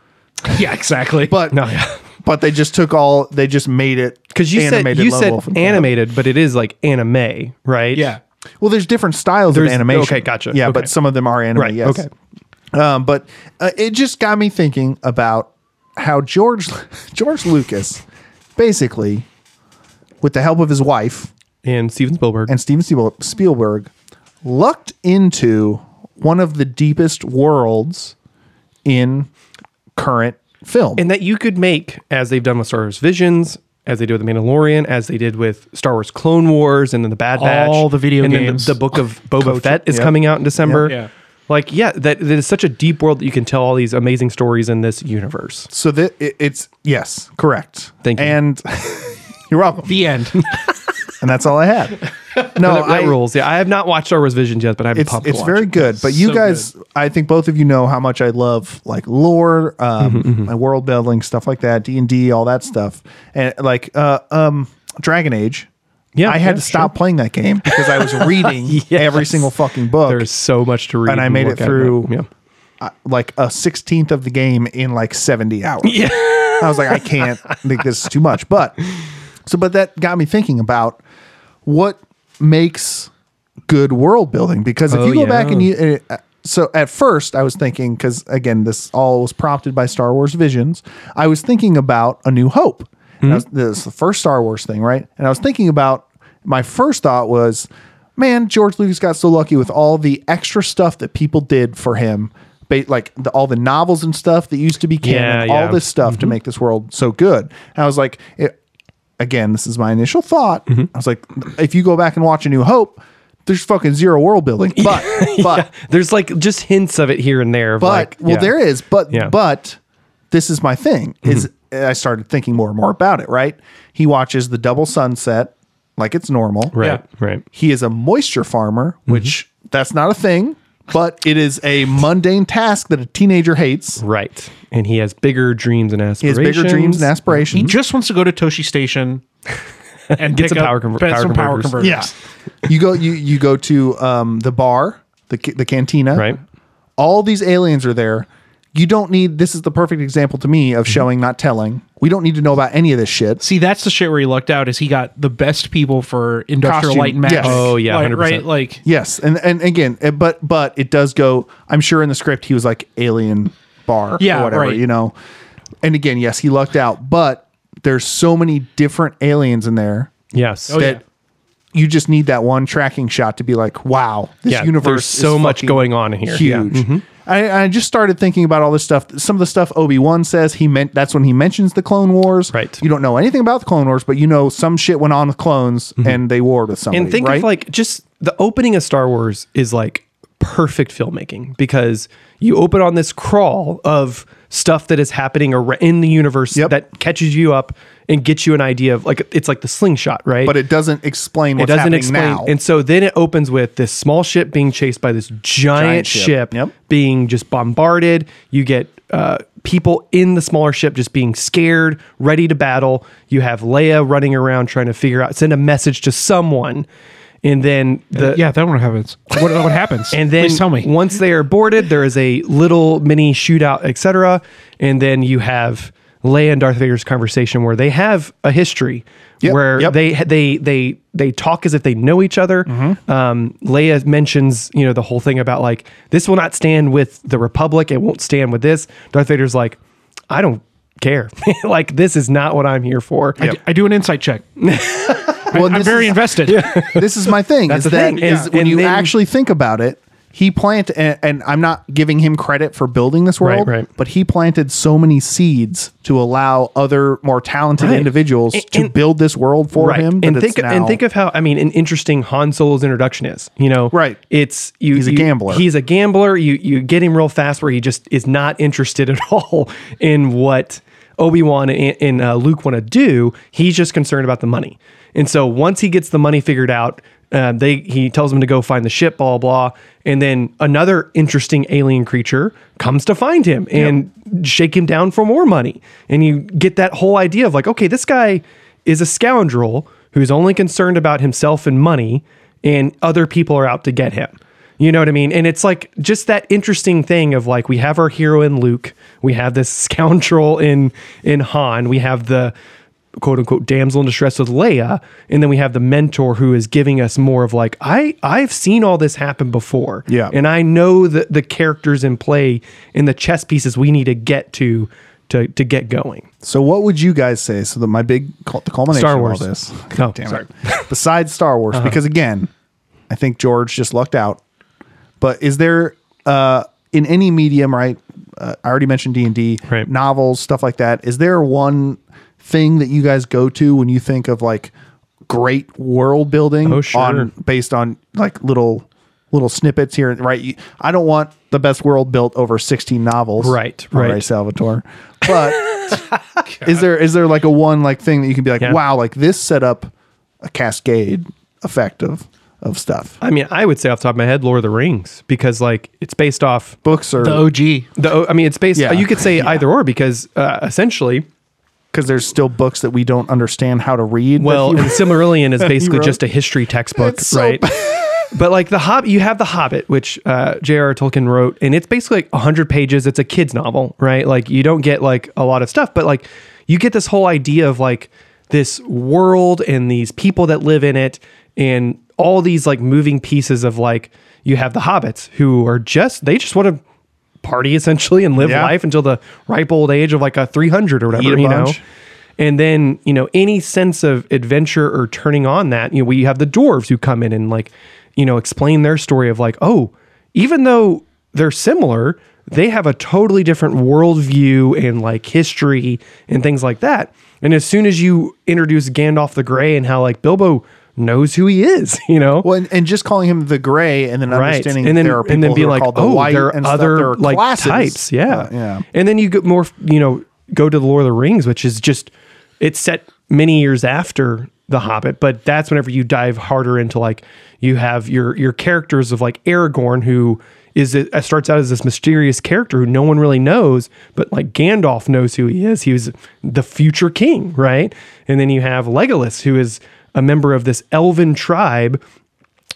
[SPEAKER 2] Yeah, *laughs* exactly.
[SPEAKER 1] but
[SPEAKER 3] No, yeah. *laughs*
[SPEAKER 1] but they just took all. They just made it
[SPEAKER 3] Because you said you
[SPEAKER 1] Lone
[SPEAKER 3] said
[SPEAKER 1] Wolf and Cub.
[SPEAKER 3] animated, but it is like anime, right?
[SPEAKER 2] yeah,
[SPEAKER 1] Well, there's different styles
[SPEAKER 3] There's-
[SPEAKER 1] of animation.
[SPEAKER 3] okay, gotcha.
[SPEAKER 1] Yeah,
[SPEAKER 3] Okay.
[SPEAKER 1] but some of them are anime.
[SPEAKER 3] Right,
[SPEAKER 1] Yes.
[SPEAKER 3] okay.
[SPEAKER 1] Um, but uh, it just got me thinking about how George *laughs* George Lucas, basically, with the help of his wife,
[SPEAKER 3] And Steven Spielberg.
[SPEAKER 1] and Steven Spiel- Spielberg lucked into one of the deepest worlds in current film.
[SPEAKER 3] and that you could make as they've done with Star Wars Visions, as they did with the Mandalorian, as they did with Star Wars Clone Wars, and then the Bad Batch,
[SPEAKER 2] All the video
[SPEAKER 3] and
[SPEAKER 2] games.
[SPEAKER 3] Then the, the
[SPEAKER 1] *laughs*
[SPEAKER 3] Book of Boba Fett is
[SPEAKER 1] yeah.
[SPEAKER 3] coming out in December.
[SPEAKER 2] Yeah. Yeah.
[SPEAKER 3] Like, yeah, that, that is such a deep world that you can tell all these amazing stories in this universe.
[SPEAKER 1] so that it, it's yes, correct.
[SPEAKER 3] Thank you.
[SPEAKER 1] And *laughs* you're welcome.
[SPEAKER 2] the end.
[SPEAKER 3] *laughs*
[SPEAKER 1] And that's all I had. No,
[SPEAKER 3] That, that
[SPEAKER 1] Oh, I,
[SPEAKER 3] rules. Yeah, I have not watched Star Wars Visions yet, but I've
[SPEAKER 1] it's
[SPEAKER 3] popped.
[SPEAKER 1] it's very good. But you
[SPEAKER 2] So
[SPEAKER 1] guys, I think both of you know how much I love like lore, um,
[SPEAKER 3] Mm-hmm,
[SPEAKER 1] and world building stuff like that, D and D, all that stuff, and like uh, um, Dragon Age.
[SPEAKER 3] Yeah,
[SPEAKER 1] I had
[SPEAKER 3] yeah,
[SPEAKER 1] to stop playing that game because
[SPEAKER 3] *laughs*
[SPEAKER 1] I was reading every single fucking book.
[SPEAKER 3] There's so much to read,
[SPEAKER 1] And I made
[SPEAKER 3] look
[SPEAKER 1] it
[SPEAKER 3] at.
[SPEAKER 1] through-
[SPEAKER 3] Yeah.
[SPEAKER 1] uh, like a sixteenth of the game in like seventy hours. Yeah, I was like, I can't think this is too much. But so, but that got me thinking about what makes good world building because if
[SPEAKER 3] Oh,
[SPEAKER 1] you go
[SPEAKER 3] yeah.
[SPEAKER 1] back and you. Uh, so at first I was thinking because again this all was prompted by Star Wars Visions. I was thinking about A New Hope. And I was-
[SPEAKER 3] Hmm?
[SPEAKER 1] this is the first Star Wars thing, right? And I was thinking about my first thought was, man, George Lucas got so lucky with all the extra stuff that people did for him, ba- like the, all the novels and stuff that used to be canon,
[SPEAKER 3] Yeah, yeah.
[SPEAKER 1] all this stuff
[SPEAKER 3] Mm-hmm.
[SPEAKER 1] to make this world so good. And I was like, it, again, this is my initial thought.
[SPEAKER 3] Mm-hmm.
[SPEAKER 1] I was like, if you go back and watch A New Hope, there's fucking zero world
[SPEAKER 3] *laughs*
[SPEAKER 1] building, but but
[SPEAKER 3] *laughs* There's like just hints of it here and there. of,
[SPEAKER 1] but
[SPEAKER 3] like,
[SPEAKER 1] well
[SPEAKER 3] yeah.
[SPEAKER 1] there is but
[SPEAKER 3] Yeah. Mm-hmm.
[SPEAKER 1] but this is my thing is i started thinking more and more about it right he watches the double sunset like it's normal
[SPEAKER 3] Right. Mm-hmm. Right.
[SPEAKER 1] he is a moisture farmer which that's not a thing but it is a mundane task that a teenager hates
[SPEAKER 3] Right. And he has bigger dreams and
[SPEAKER 1] he has
[SPEAKER 3] aspirations.
[SPEAKER 1] bigger dreams and
[SPEAKER 2] He
[SPEAKER 1] aspirations
[SPEAKER 2] just wants to go to Toshi
[SPEAKER 3] *laughs*
[SPEAKER 2] Station and
[SPEAKER 3] Hmm? Get
[SPEAKER 2] pick
[SPEAKER 3] some
[SPEAKER 2] up
[SPEAKER 3] power conver-
[SPEAKER 2] get
[SPEAKER 3] power
[SPEAKER 2] some power
[SPEAKER 3] converters.
[SPEAKER 2] converters.
[SPEAKER 1] you go you you go to um the bar the ca- the cantina
[SPEAKER 3] Right.
[SPEAKER 1] all these aliens are there You don't need. This is the perfect example to me
[SPEAKER 3] Mm-hmm.
[SPEAKER 1] of showing, not telling. We don't need to know about any of this shit.
[SPEAKER 2] See, that's the shit where he lucked out. Is he got the best people for industrial
[SPEAKER 1] Costume,
[SPEAKER 2] light and magic?
[SPEAKER 1] yes. Oh,
[SPEAKER 3] yeah,
[SPEAKER 2] Like,
[SPEAKER 3] 100%.
[SPEAKER 2] right. Like
[SPEAKER 1] Yes, and and again, it- but but it does go. I'm sure in the script he was like alien bar,
[SPEAKER 2] Yeah,
[SPEAKER 1] or whatever,
[SPEAKER 2] right.
[SPEAKER 1] you know. And again, yes, he lucked out, but there's so many different aliens in there
[SPEAKER 3] Yes.
[SPEAKER 2] Oh, yeah.
[SPEAKER 1] that you just need that one tracking shot to be like, wow, this
[SPEAKER 3] Yeah,
[SPEAKER 1] universe.
[SPEAKER 3] there's so
[SPEAKER 1] is
[SPEAKER 3] much
[SPEAKER 1] fucking
[SPEAKER 3] going on here. Yeah. Mm-hmm.
[SPEAKER 1] Huge. I, I just started thinking about all this stuff. Some of the stuff Obi Wan says he meant. That's when he mentions the Clone Wars.
[SPEAKER 3] Right.
[SPEAKER 1] You don't know anything about the Clone Wars, but you know some shit went on with clones and they warred with somebody.
[SPEAKER 3] Mm-hmm. And think
[SPEAKER 1] right?
[SPEAKER 3] of like just the opening of Star Wars is like perfect filmmaking because you open on this crawl of stuff that is happening ar- in the universe
[SPEAKER 1] Yep.
[SPEAKER 3] that catches you up and gets you an idea of like it's like the slingshot, right?
[SPEAKER 1] but it doesn't explain
[SPEAKER 3] it
[SPEAKER 1] what's
[SPEAKER 3] doesn't
[SPEAKER 1] happening
[SPEAKER 3] explain.
[SPEAKER 1] now.
[SPEAKER 3] *laughs* And so then it opens with this small ship being chased by this giant,
[SPEAKER 1] ship.
[SPEAKER 3] ship,
[SPEAKER 1] Yep.
[SPEAKER 3] being just bombarded. You get uh, people in the smaller ship just being scared, ready to battle. You have Leia running around trying to figure out, send a message to someone. And then the
[SPEAKER 2] yeah, that one happens. What, what happens?
[SPEAKER 3] Uh, *laughs* and then
[SPEAKER 2] Please tell me.
[SPEAKER 3] once they are boarded, there is a little mini shootout, etc. And then you have Leia and Darth Vader's conversation where they have a history
[SPEAKER 1] Yep,
[SPEAKER 3] where
[SPEAKER 1] yep.
[SPEAKER 3] they they they they talk as if they know each other.
[SPEAKER 1] Mm-hmm.
[SPEAKER 3] Um, Leia mentions you know the whole thing about like this will not stand with the Republic. It won't stand with this. Darth Vader's like, I don't care. *laughs* like this is not what I'm here for.
[SPEAKER 2] I, d- I do an insight
[SPEAKER 3] *laughs*
[SPEAKER 2] check.
[SPEAKER 1] well,
[SPEAKER 2] I'm
[SPEAKER 1] this
[SPEAKER 2] very
[SPEAKER 1] is-
[SPEAKER 2] invested.
[SPEAKER 1] this is my thing. That's is
[SPEAKER 3] the
[SPEAKER 1] that
[SPEAKER 3] thing,
[SPEAKER 1] is
[SPEAKER 3] yeah.
[SPEAKER 1] when
[SPEAKER 3] And
[SPEAKER 1] you
[SPEAKER 3] then-
[SPEAKER 1] actually think about it, he planted, and, and I'm not giving him credit for building this world,
[SPEAKER 3] right.
[SPEAKER 1] but he planted so many seeds to allow other more talented
[SPEAKER 3] Right.
[SPEAKER 1] individuals
[SPEAKER 3] And-
[SPEAKER 1] to
[SPEAKER 3] and-
[SPEAKER 1] build this world for him. that
[SPEAKER 3] And
[SPEAKER 1] it's
[SPEAKER 3] think and
[SPEAKER 1] now-
[SPEAKER 3] think of how I mean an interesting Han Solo's introduction is. You know,
[SPEAKER 1] Right.
[SPEAKER 3] It's you.
[SPEAKER 1] He's a
[SPEAKER 3] you-
[SPEAKER 1] gambler.
[SPEAKER 3] He's a gambler. You you get him real fast where he just is not interested *laughs* at all in what Obi Wan and, and uh, Luke want to do. He's just concerned about the money. And so once he gets the money figured out. Uh, they he tells him to go find the ship, blah blah, blah. and then another interesting alien creature comes to find him and shake him down for more money, and you get that whole idea of like, okay, this guy is a scoundrel who's only concerned about himself and money, and other people are out to get him. You know what I mean? And it's like just that interesting thing of like we have our hero in Luke, we have this *laughs* scoundrel in in Han, we have the quote unquote damsel in distress with Leia, and then we have the mentor who is giving us more of like I I've seen all this happen before,
[SPEAKER 1] Yeah.
[SPEAKER 3] and I know the the characters in play and the chess pieces we need to get to to to get going.
[SPEAKER 1] So, what would you guys say? So that my big cul- the culmination
[SPEAKER 3] Star Wars.
[SPEAKER 1] of all
[SPEAKER 3] *laughs*
[SPEAKER 1] this.
[SPEAKER 3] No,
[SPEAKER 1] Damn
[SPEAKER 3] sorry.
[SPEAKER 1] it. *laughs* Besides Star Wars,
[SPEAKER 3] Uh-huh.
[SPEAKER 1] because again, I think George just lucked out. But is there uh, in any medium, right? Uh, I already mentioned D and D,
[SPEAKER 3] Right.
[SPEAKER 1] novels, stuff like that. Is there one thing that you guys go to when you think of like great world building?
[SPEAKER 3] Oh, sure.
[SPEAKER 1] on- based on like little little snippets here, right? You- I don't want the best world built over sixteen novels,
[SPEAKER 3] Right,
[SPEAKER 1] All
[SPEAKER 3] right.
[SPEAKER 1] Salvatore. But is there is there like a one like thing that you can be like,
[SPEAKER 3] Yeah.
[SPEAKER 1] wow, like this set up a cascade effect of of stuff?
[SPEAKER 3] I mean, I would say off the top of my head, Lord of the Rings, because like it's based off
[SPEAKER 1] Books or
[SPEAKER 2] The OG.
[SPEAKER 3] the. I mean, it's based.
[SPEAKER 1] Yeah.
[SPEAKER 3] You could say either or because uh, essentially,
[SPEAKER 1] because there's still books that we don't understand how to read. that
[SPEAKER 3] well,
[SPEAKER 1] he-
[SPEAKER 3] and Silmarillion is basically
[SPEAKER 1] wrote-
[SPEAKER 3] just a history textbook,
[SPEAKER 1] It's so
[SPEAKER 3] right?
[SPEAKER 1] *laughs*
[SPEAKER 3] but like the Hobbit, you have the Hobbit, which uh, J.R.R. Tolkien wrote, and it's basically like hundred pages. It's a kids' novel, right? Like you don't get like a lot of stuff, but like you get this whole idea of like this world and these people that live in it, and all these like moving pieces of like you have the hobbits who are just they just want to party essentially and live
[SPEAKER 1] Yeah.
[SPEAKER 3] life until the ripe old age of like a 300 or whatever
[SPEAKER 1] Eat a
[SPEAKER 3] you
[SPEAKER 1] bunch.
[SPEAKER 3] know and then you know any sense of adventure or turning on that you know we have the dwarves who come in and like you know explain their story of like oh even though they're similar they have a totally different worldview and like history and things like that and as soon as you introduce gandalf the gray and how like bilbo knows who he is *laughs* you know
[SPEAKER 1] *laughs* Well, and, and just calling him the gray, and then understanding
[SPEAKER 3] and then,
[SPEAKER 1] that there are people
[SPEAKER 3] and then
[SPEAKER 1] who
[SPEAKER 3] be
[SPEAKER 1] are
[SPEAKER 3] like,
[SPEAKER 1] called the
[SPEAKER 3] oh,
[SPEAKER 1] white
[SPEAKER 3] there are
[SPEAKER 1] and stuff.
[SPEAKER 3] other
[SPEAKER 1] There are
[SPEAKER 3] like
[SPEAKER 1] classes.
[SPEAKER 3] types, yeah.
[SPEAKER 1] Uh, yeah.
[SPEAKER 3] And then you get more, you know, go to the Lord of the Rings, which is just it's set many years after the Hobbit, but that's whenever you dive harder into like you have your your characters of like Aragorn who is it uh, starts out as this mysterious character who no one really knows, but like Gandalf knows who he is. He was the future king, right? And then you have Legolas, who is a member of this elven tribe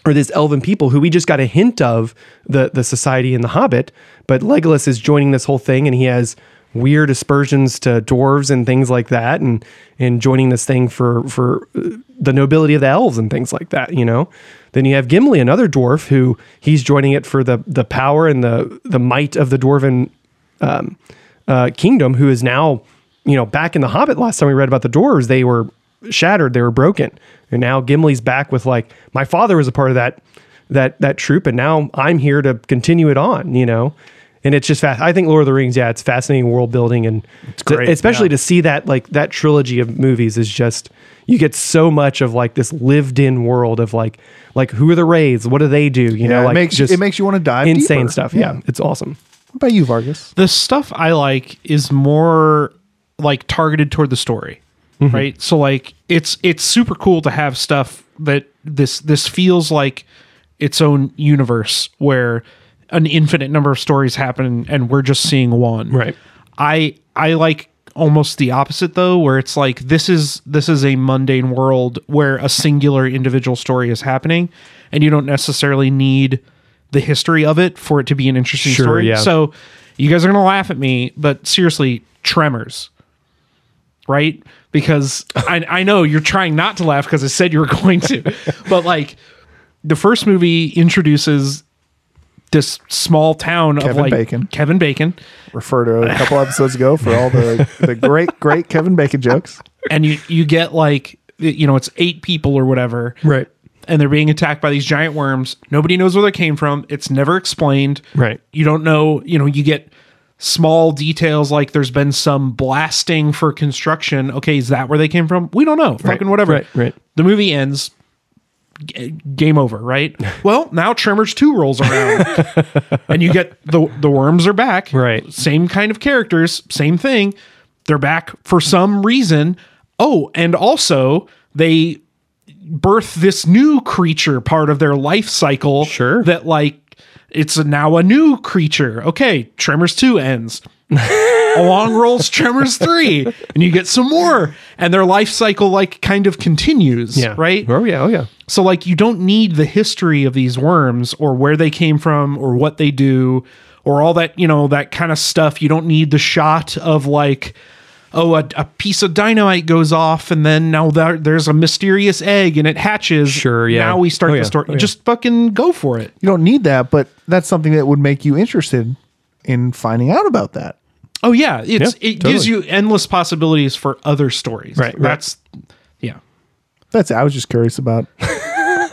[SPEAKER 3] or this elven people who we just got a hint of the the society in the Hobbit, but Legolas is joining this whole thing and he has weird aspersions to dwarves and things like that and and joining this thing for for uh, the nobility of the elves and things like that, you know. Then you have Gimli, another dwarf who he's joining it for the the power and the the might of the dwarven um, uh, kingdom, who is now, you know, back in the Hobbit. Last time we read about the doors, they were shattered, they were broken, and now Gimli's back with like my father was a part of that that that troop, and now I'm here to continue it on, you know. And it's just fast. I think Lord of the Rings, yeah, it's fascinating world building, and it's
[SPEAKER 2] great,
[SPEAKER 3] especially
[SPEAKER 2] yeah.
[SPEAKER 3] to see that like that trilogy of movies is just you get so much of like this lived-in world of like like who are the Wraiths? What do they do? You know,
[SPEAKER 1] it
[SPEAKER 3] like
[SPEAKER 1] makes-
[SPEAKER 3] just
[SPEAKER 1] it makes you wanna dive
[SPEAKER 3] insane
[SPEAKER 1] deeper.
[SPEAKER 3] stuff.
[SPEAKER 1] Yeah.
[SPEAKER 3] yeah, it's awesome.
[SPEAKER 1] What about you, Vargas?
[SPEAKER 2] the stuff I like is more like targeted toward the story, right? So like it's it's super cool to have stuff that this this feels like its own universe where an infinite number of stories happen and we're just seeing one.
[SPEAKER 3] Right.
[SPEAKER 2] I I like almost the opposite though where it's like this is this is a mundane world where a singular individual story is happening and you don't necessarily need the history of it for it to be an interesting
[SPEAKER 3] Sure,
[SPEAKER 2] story.
[SPEAKER 3] yeah.
[SPEAKER 2] So you guys are going to laugh at me, but seriously, Tremors. Right? Because I I know you're trying not to laugh because I said you were *laughs* going to. but like the first movie introduces this small town of
[SPEAKER 1] Kevin
[SPEAKER 2] like
[SPEAKER 1] Bacon.
[SPEAKER 2] Kevin Bacon
[SPEAKER 1] Refer to a couple episodes ago for all the, the great, great Kevin Bacon jokes.
[SPEAKER 2] and you you get like you know it's eight people or whatever
[SPEAKER 3] Right.
[SPEAKER 2] and they're being attacked by these giant worms nobody knows where they came from it's never explained
[SPEAKER 3] Right.
[SPEAKER 2] you don't know you know you get small details like there's been some blasting for construction okay is that where they came from we don't know fucking whatever
[SPEAKER 3] right, right.
[SPEAKER 2] the movie ends G- game over
[SPEAKER 3] *laughs*
[SPEAKER 2] right well now tremors 2 rolls around *laughs* and you get the the worms are back
[SPEAKER 3] Right.
[SPEAKER 2] same kind of characters, same thing. They're back for some reason. Oh, and also they birth this new creature part of their life cycle.
[SPEAKER 3] Sure.
[SPEAKER 2] That like it's a, now a new creature. Okay, Tremors 2 ends. *laughs* Along rolls Tremors 3, and you get some more. And their life cycle like kind of continues.
[SPEAKER 3] Yeah.
[SPEAKER 2] Right.
[SPEAKER 3] Oh yeah. Oh yeah.
[SPEAKER 2] So like you don't need the history of these worms or where they came from or what they do or all that, you know, that kind of stuff. You don't need the shot of like oh a, a piece of dynamite goes off and then now there, there's a mysterious egg and it hatches.
[SPEAKER 3] Sure, yeah.
[SPEAKER 2] Now we start
[SPEAKER 3] Oh,
[SPEAKER 2] the
[SPEAKER 3] yeah.
[SPEAKER 2] story.
[SPEAKER 3] Oh, yeah.
[SPEAKER 2] Just fucking go for it.
[SPEAKER 1] You don't need that, but that's something that would make you interested in finding out about that.
[SPEAKER 2] Oh yeah, it's
[SPEAKER 3] Yeah,
[SPEAKER 2] it gives
[SPEAKER 3] totally.
[SPEAKER 2] you endless possibilities for other stories.
[SPEAKER 3] Right, right.
[SPEAKER 2] That's yeah.
[SPEAKER 1] That's it. I was just curious
[SPEAKER 3] *laughs*
[SPEAKER 1] about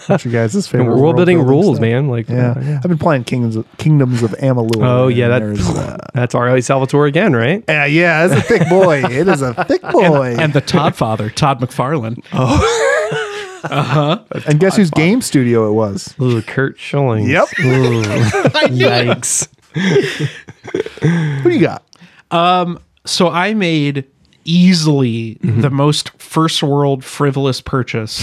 [SPEAKER 1] what you guys' favorite
[SPEAKER 3] World, building rules,
[SPEAKER 1] stuff.
[SPEAKER 3] man. Like
[SPEAKER 1] Yeah.
[SPEAKER 3] uh, yeah.
[SPEAKER 1] I've been playing Kingdoms of, Kingdoms of Amalur.
[SPEAKER 3] Oh yeah,
[SPEAKER 1] and
[SPEAKER 3] that, *laughs*
[SPEAKER 1] there's, uh,
[SPEAKER 3] that's R.L. Salvatore again, right?
[SPEAKER 1] *laughs* yeah, yeah, it's a thick boy. It is a
[SPEAKER 3] *laughs*
[SPEAKER 1] thick boy. And,
[SPEAKER 2] And the Todd father, Todd McFarlane.
[SPEAKER 1] guess whose game studio it was?
[SPEAKER 3] Ooh, Kurt Schilling.
[SPEAKER 1] Yep.
[SPEAKER 3] Yikes.
[SPEAKER 1] Who do you got?
[SPEAKER 2] so I made easily
[SPEAKER 3] Mm-hmm.
[SPEAKER 2] the most first world frivolous
[SPEAKER 3] *laughs*
[SPEAKER 2] purchase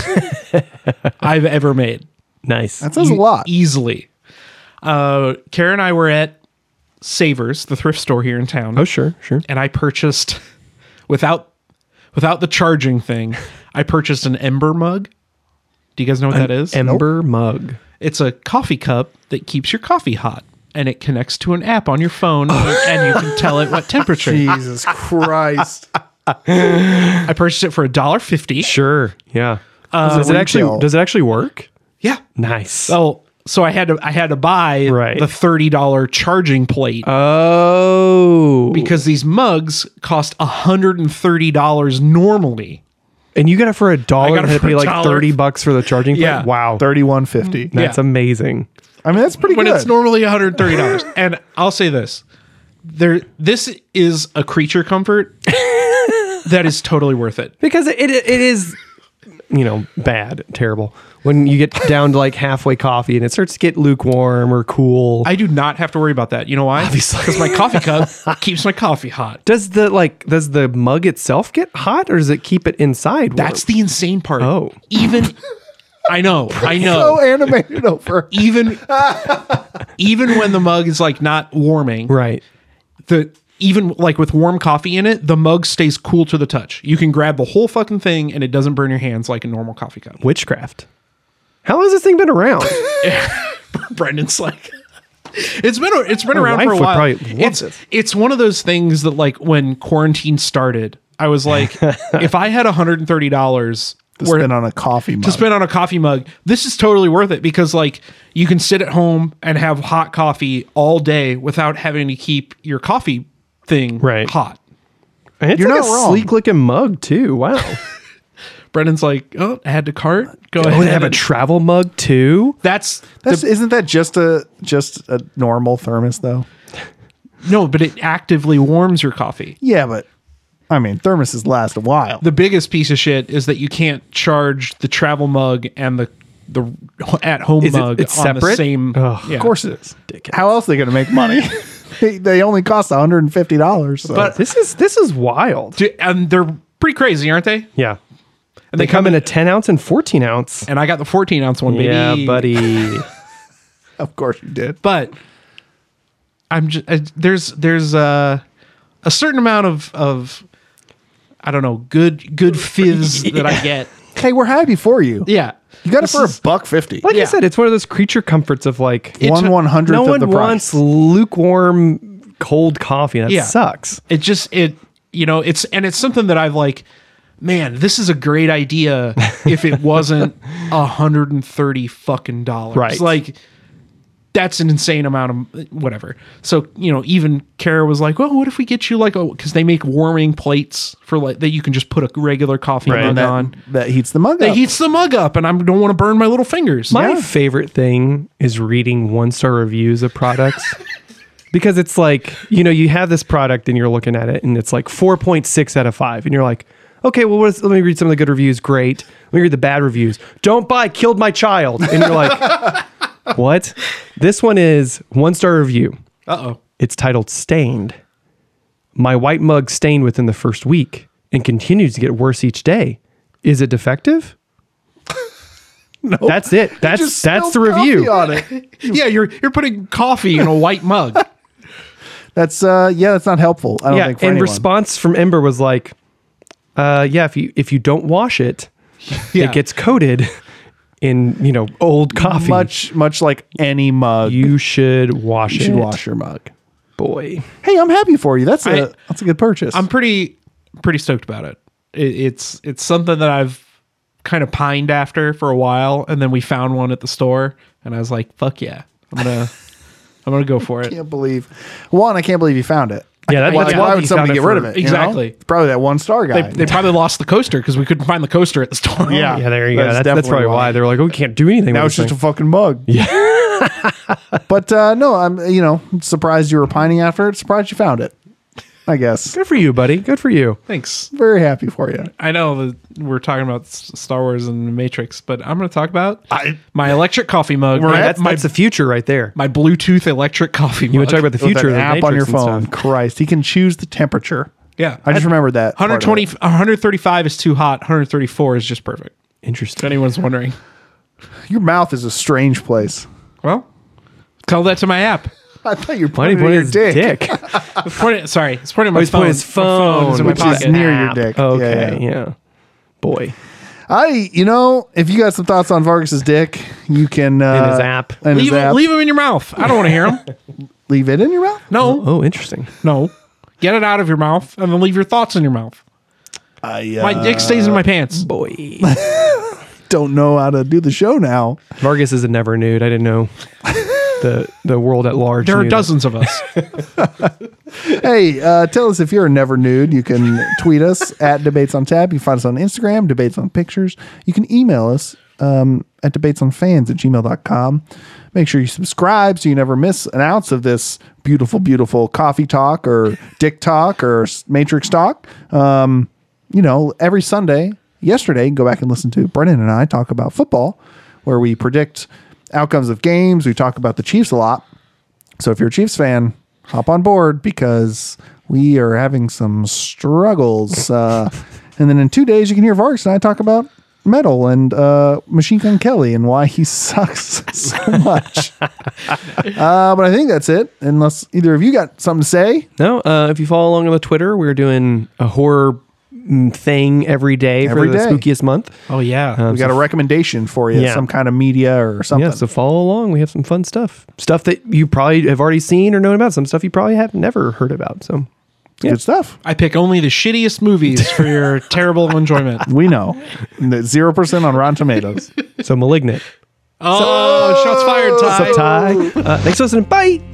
[SPEAKER 2] I've ever made.
[SPEAKER 3] Nice.
[SPEAKER 1] That says a
[SPEAKER 2] E-
[SPEAKER 1] lot. *laughs*
[SPEAKER 2] Easily. Uh, Kara and I were at Savers, the thrift store here in town,
[SPEAKER 3] oh sure, sure.
[SPEAKER 2] and I purchased without without the charging
[SPEAKER 3] *laughs*
[SPEAKER 2] thing. I purchased an ember mug. Do you guys know what that is?
[SPEAKER 3] Ember mug.
[SPEAKER 2] It's a coffee cup that keeps your coffee hot, and it connects to an app on your
[SPEAKER 3] *laughs*
[SPEAKER 2] phone, and you can tell it what temperature.
[SPEAKER 1] Jesus Christ.
[SPEAKER 2] I purchased it for a dollar fifty.
[SPEAKER 3] Sure. Yeah. does it
[SPEAKER 1] retail.
[SPEAKER 3] actually does it actually work?
[SPEAKER 2] Yeah,
[SPEAKER 3] Nice.
[SPEAKER 2] Oh, so I had to I had to buy
[SPEAKER 3] Right.
[SPEAKER 2] the thirty dollar charging plate
[SPEAKER 3] Oh.
[SPEAKER 2] because these mugs cost hundred and thirty dollars normally.
[SPEAKER 3] and you got it for a dollar.
[SPEAKER 2] got it
[SPEAKER 3] and had to
[SPEAKER 2] for a
[SPEAKER 3] pay like
[SPEAKER 2] dollar.
[SPEAKER 3] thirty bucks for the charging. plate?
[SPEAKER 2] Yeah.
[SPEAKER 3] Wow.
[SPEAKER 1] 3150.
[SPEAKER 3] That's
[SPEAKER 2] Yeah.
[SPEAKER 3] amazing.
[SPEAKER 1] I mean, that's pretty
[SPEAKER 2] When
[SPEAKER 1] good.
[SPEAKER 2] it's normally one hundred thirty dollars,
[SPEAKER 3] *laughs*
[SPEAKER 2] and I'll say this: there, this is a creature
[SPEAKER 3] *laughs*
[SPEAKER 2] comfort that is totally worth it.
[SPEAKER 3] because it, it it is you know bad terrible when you get down to like halfway coffee and it starts to get lukewarm or cool
[SPEAKER 2] I do not have to worry about that. You know why?
[SPEAKER 3] Obviously.
[SPEAKER 2] because my coffee
[SPEAKER 3] *laughs*
[SPEAKER 2] cup keeps my coffee hot.
[SPEAKER 3] does the like does the mug itself get hot or does it keep it inside warm?
[SPEAKER 2] That's the insane part.
[SPEAKER 3] Oh.
[SPEAKER 2] even I
[SPEAKER 3] *laughs*
[SPEAKER 2] know, I know.
[SPEAKER 1] so animated over.
[SPEAKER 2] even even when the mug is like not warming,
[SPEAKER 3] right
[SPEAKER 2] the even like with warm coffee in it, the mug stays cool to the touch. You can grab the whole fucking thing and it doesn't burn your hands like a normal coffee cup. *laughs*
[SPEAKER 3] witchcraft How long has this thing been *laughs* around?
[SPEAKER 2] Brendan's like, *laughs* it's been a- it's been
[SPEAKER 3] My
[SPEAKER 2] around for
[SPEAKER 3] wife
[SPEAKER 2] a
[SPEAKER 3] would
[SPEAKER 2] while.
[SPEAKER 3] probably love
[SPEAKER 2] It's
[SPEAKER 3] this.
[SPEAKER 2] it's one of those things that like when quarantine started, I was
[SPEAKER 3] *laughs*
[SPEAKER 2] like, if I had one hundred and thirty dollars
[SPEAKER 1] to spend on a coffee mug.
[SPEAKER 2] to spend on a coffee mug, this is totally worth it because like you can sit at home and have hot coffee all day without having to keep your coffee thing
[SPEAKER 3] Right.
[SPEAKER 2] hot.
[SPEAKER 3] And it's
[SPEAKER 1] You're
[SPEAKER 3] like
[SPEAKER 1] not
[SPEAKER 3] a
[SPEAKER 1] wrong.
[SPEAKER 3] sleek looking mug too. Wow.
[SPEAKER 2] Brendan's like, oh, add to cart. Go
[SPEAKER 3] *laughs* Oh,
[SPEAKER 2] ahead.
[SPEAKER 3] they have a
[SPEAKER 2] and-
[SPEAKER 3] travel mug too.
[SPEAKER 2] that's
[SPEAKER 1] That's, isn't that just a just a normal thermos though?
[SPEAKER 2] no, but it actively warms your coffee.
[SPEAKER 1] Yeah, but I mean thermoses last a while.
[SPEAKER 2] the biggest piece of shit is that you can't charge the travel mug and the the at home
[SPEAKER 3] Is it-
[SPEAKER 2] mug
[SPEAKER 3] it's
[SPEAKER 2] on the
[SPEAKER 3] separate?
[SPEAKER 2] same.
[SPEAKER 3] Ugh,
[SPEAKER 2] yeah.
[SPEAKER 1] Of course it is.
[SPEAKER 3] Dickhead.
[SPEAKER 1] How else are they going to make money? they, they only cost one hundred and fifty dollars. So.
[SPEAKER 2] But-
[SPEAKER 3] This is this is wild.
[SPEAKER 2] Do- and they're pretty crazy, aren't they?
[SPEAKER 3] Yeah.
[SPEAKER 2] And
[SPEAKER 3] They come in a 10 ounce and 14 ounce.
[SPEAKER 2] and I got the 14 ounce one, baby.
[SPEAKER 3] Yeah, buddy.
[SPEAKER 1] of course you did.
[SPEAKER 2] But I'm just I, there's there's uh, a certain amount of of I don't know good good fizz
[SPEAKER 3] *laughs*
[SPEAKER 2] that I get.
[SPEAKER 1] Hey, we're happy for you.
[SPEAKER 2] Yeah,
[SPEAKER 1] You got it
[SPEAKER 2] This
[SPEAKER 1] for
[SPEAKER 2] is-
[SPEAKER 1] a buck fifty.
[SPEAKER 3] *laughs* Like
[SPEAKER 2] Yeah.
[SPEAKER 3] I said, it's one of those creature comforts of like
[SPEAKER 2] It
[SPEAKER 1] one
[SPEAKER 2] took-
[SPEAKER 1] one hundredth
[SPEAKER 3] no
[SPEAKER 1] of
[SPEAKER 3] one
[SPEAKER 1] the price.
[SPEAKER 3] wants lukewarm cold coffee. That
[SPEAKER 2] Yeah.
[SPEAKER 3] sucks.
[SPEAKER 2] it just it you know it's and it's something that i've like man this is a great
[SPEAKER 3] *laughs*
[SPEAKER 2] idea if it wasn't a 130 fucking dollars
[SPEAKER 3] Right.
[SPEAKER 2] like that's an insane amount of whatever so you know even kara was like well what if we get you like oh because they make warming plates for like that you can just put a regular coffee
[SPEAKER 3] Right. Oh.
[SPEAKER 2] mug
[SPEAKER 1] that,
[SPEAKER 2] on
[SPEAKER 1] that heats the mug
[SPEAKER 2] that
[SPEAKER 1] up.
[SPEAKER 2] heats the mug up and i don't want to burn my little fingers
[SPEAKER 3] My
[SPEAKER 1] Yeah.
[SPEAKER 3] favorite thing is reading one star reviews of products *laughs* because it's like, you know, you have this product and you're looking at it and it's like 4.6 out of 5. And you're like, okay, well, what is, let me read some of the good reviews. Great. Let me read the bad reviews. Don't buy, killed my child. And you're like, *laughs* what? This one is one star review.
[SPEAKER 2] uh-oh
[SPEAKER 3] It's titled Stained. My white mug stained within the first week and continues to get worse each day. Is it defective?
[SPEAKER 1] *laughs* Nope.
[SPEAKER 3] That's it. That's
[SPEAKER 1] Just
[SPEAKER 3] that's the
[SPEAKER 1] spilled coffee
[SPEAKER 3] review.
[SPEAKER 1] on it.
[SPEAKER 2] yeah you're you're putting coffee in a white
[SPEAKER 3] *laughs*
[SPEAKER 2] mug
[SPEAKER 1] That's uh yeah, that's not helpful. I don't
[SPEAKER 3] Yeah,
[SPEAKER 1] think
[SPEAKER 3] and
[SPEAKER 1] for anyone.
[SPEAKER 3] response from Ember was like, uh, "Yeah, if you if you don't wash it,
[SPEAKER 2] yeah
[SPEAKER 3] it gets coated in you know old coffee.
[SPEAKER 1] much much like any mug, you
[SPEAKER 3] you should wash it,
[SPEAKER 1] should wash your mug.
[SPEAKER 3] boy.
[SPEAKER 1] Hey, I'm happy for you. That's a
[SPEAKER 2] I-
[SPEAKER 1] that's a good purchase.
[SPEAKER 2] I'm pretty pretty stoked about it. it. It's it's something that I've kind of pined after for a while, and then we found one at the store, and I was like, "Fuck yeah, I'm gonna *laughs* I'm gonna go for it."
[SPEAKER 1] can't believe one. I can't believe you found it.
[SPEAKER 3] Yeah, that-
[SPEAKER 1] why,
[SPEAKER 3] that's
[SPEAKER 1] why
[SPEAKER 3] why
[SPEAKER 1] would
[SPEAKER 3] he
[SPEAKER 1] somebody
[SPEAKER 3] found
[SPEAKER 1] get
[SPEAKER 3] it
[SPEAKER 1] rid of
[SPEAKER 3] for-
[SPEAKER 1] it? you know?
[SPEAKER 2] Exactly.
[SPEAKER 1] It's probably that one star guy.
[SPEAKER 2] They, they probably lost the coaster because we couldn't find the coaster at the store.
[SPEAKER 1] Yeah.
[SPEAKER 3] Yeah, there you go.
[SPEAKER 1] That's
[SPEAKER 3] That's, that's,
[SPEAKER 1] definitely
[SPEAKER 3] probably why.
[SPEAKER 1] why.
[SPEAKER 3] they're like, oh, we can't do anything.
[SPEAKER 1] now
[SPEAKER 3] with
[SPEAKER 1] it's
[SPEAKER 3] this
[SPEAKER 1] just a fucking mug.
[SPEAKER 3] *laughs*
[SPEAKER 1] Yeah. *laughs* but uh, no, I'm you know surprised you were pining after it. Surprised you found it. I guess.
[SPEAKER 3] thing. good for you, buddy. Good for you.
[SPEAKER 2] *laughs* Thanks.
[SPEAKER 1] Very happy for you.
[SPEAKER 2] I know that we're talking about S- Star Wars and the Matrix, but I'm going to talk about my electric coffee mug.
[SPEAKER 3] Yeah,
[SPEAKER 2] my,
[SPEAKER 3] that's
[SPEAKER 2] my,
[SPEAKER 3] that's the future right there.
[SPEAKER 2] my Bluetooth electric coffee mug.
[SPEAKER 3] You want to talk about the
[SPEAKER 1] With an
[SPEAKER 3] future of the
[SPEAKER 1] app
[SPEAKER 3] Matrix
[SPEAKER 1] on your
[SPEAKER 3] and
[SPEAKER 1] phone.
[SPEAKER 3] stuff.
[SPEAKER 1] Christ, he can choose the temperature.
[SPEAKER 2] Yeah.
[SPEAKER 1] I just remembered that. part of it.
[SPEAKER 2] 120, 135 is too hot. 134 is just perfect. If
[SPEAKER 3] Interesting.
[SPEAKER 2] anyone's wondering.
[SPEAKER 1] Your mouth is a strange place.
[SPEAKER 2] Well, tell that to my app.
[SPEAKER 1] I thought you were
[SPEAKER 3] Why did
[SPEAKER 1] pointing
[SPEAKER 3] he
[SPEAKER 1] at
[SPEAKER 3] point
[SPEAKER 1] your
[SPEAKER 3] his
[SPEAKER 1] dick,
[SPEAKER 3] dick? Oh,
[SPEAKER 2] It's pointing- sorry, it's pointing at my
[SPEAKER 3] he's
[SPEAKER 2] phone.
[SPEAKER 3] pointing his
[SPEAKER 2] My is in
[SPEAKER 3] phone,
[SPEAKER 2] my
[SPEAKER 1] which is
[SPEAKER 2] pocket.
[SPEAKER 1] near your
[SPEAKER 3] App.
[SPEAKER 1] dick.
[SPEAKER 3] Okay,
[SPEAKER 1] Yeah,
[SPEAKER 3] yeah. Boy,
[SPEAKER 1] I, you know, if you got some thoughts on Vargas's dick, you can uh,
[SPEAKER 3] his app.
[SPEAKER 1] and his
[SPEAKER 2] leave,
[SPEAKER 1] app.
[SPEAKER 2] him, leave him in your mouth. I don't want to hear
[SPEAKER 1] *laughs*
[SPEAKER 2] him.
[SPEAKER 1] leave it in your mouth.
[SPEAKER 2] No,
[SPEAKER 3] oh, interesting.
[SPEAKER 2] no. Get it out of your mouth and then leave your thoughts in your mouth.
[SPEAKER 1] I uh,
[SPEAKER 2] My dick stays in my pants.
[SPEAKER 3] Boy,
[SPEAKER 1] don't know how to do the show now.
[SPEAKER 3] Vargas is a never nude. I didn't know the the world at large.
[SPEAKER 2] There are
[SPEAKER 3] knew that.
[SPEAKER 2] dozens
[SPEAKER 1] *laughs*
[SPEAKER 2] of us.
[SPEAKER 1] hey, uh, tell us if you're never nude. You can tweet us at debates on tab. You can find us on Instagram, debates on pictures. You can email us um, at debates on fans at gmail.com. Make sure you subscribe so you never miss an ounce of this beautiful, beautiful coffee talk or dick talk or s- matrix talk. Um, you know, every Sunday, yesterday, go back and listen to Brennan and I talk about football, where we predict outcomes of games. We talk about the Chiefs a lot. So if you're a Chiefs fan, hop on board because we are having some struggles.
[SPEAKER 3] *laughs*
[SPEAKER 1] Uh, and then in two days, you can hear Vargas and I talk about metal and uh, Machine Gun Kelly and why he *laughs* sucks so
[SPEAKER 3] *laughs*
[SPEAKER 1] much. uh, but I think that's it, unless either of you got something to say.
[SPEAKER 3] No, uh, if you follow along on the Twitter, we're doing a horror mm, thing every day
[SPEAKER 1] Every
[SPEAKER 3] for the
[SPEAKER 1] day.
[SPEAKER 3] spookiest month.
[SPEAKER 2] Oh yeah. *laughs*
[SPEAKER 1] we got a recommendation for you,
[SPEAKER 3] Yeah.
[SPEAKER 1] some kind of media or something.
[SPEAKER 3] Yeah, so follow along. We have some fun stuff. Stuff that you probably have already seen or known about. Some stuff you probably have never heard about. So
[SPEAKER 1] It's Good stuff.
[SPEAKER 2] I pick only the shittiest movies for
[SPEAKER 1] *laughs*
[SPEAKER 2] your terrible enjoyment.
[SPEAKER 1] We
[SPEAKER 3] *laughs*
[SPEAKER 1] know. Zero percent on Rotten Tomatoes.
[SPEAKER 3] so malignant.
[SPEAKER 2] Oh, shots fired, Ty.
[SPEAKER 3] What's up, Ty? Uh, thanks for listening. Bye.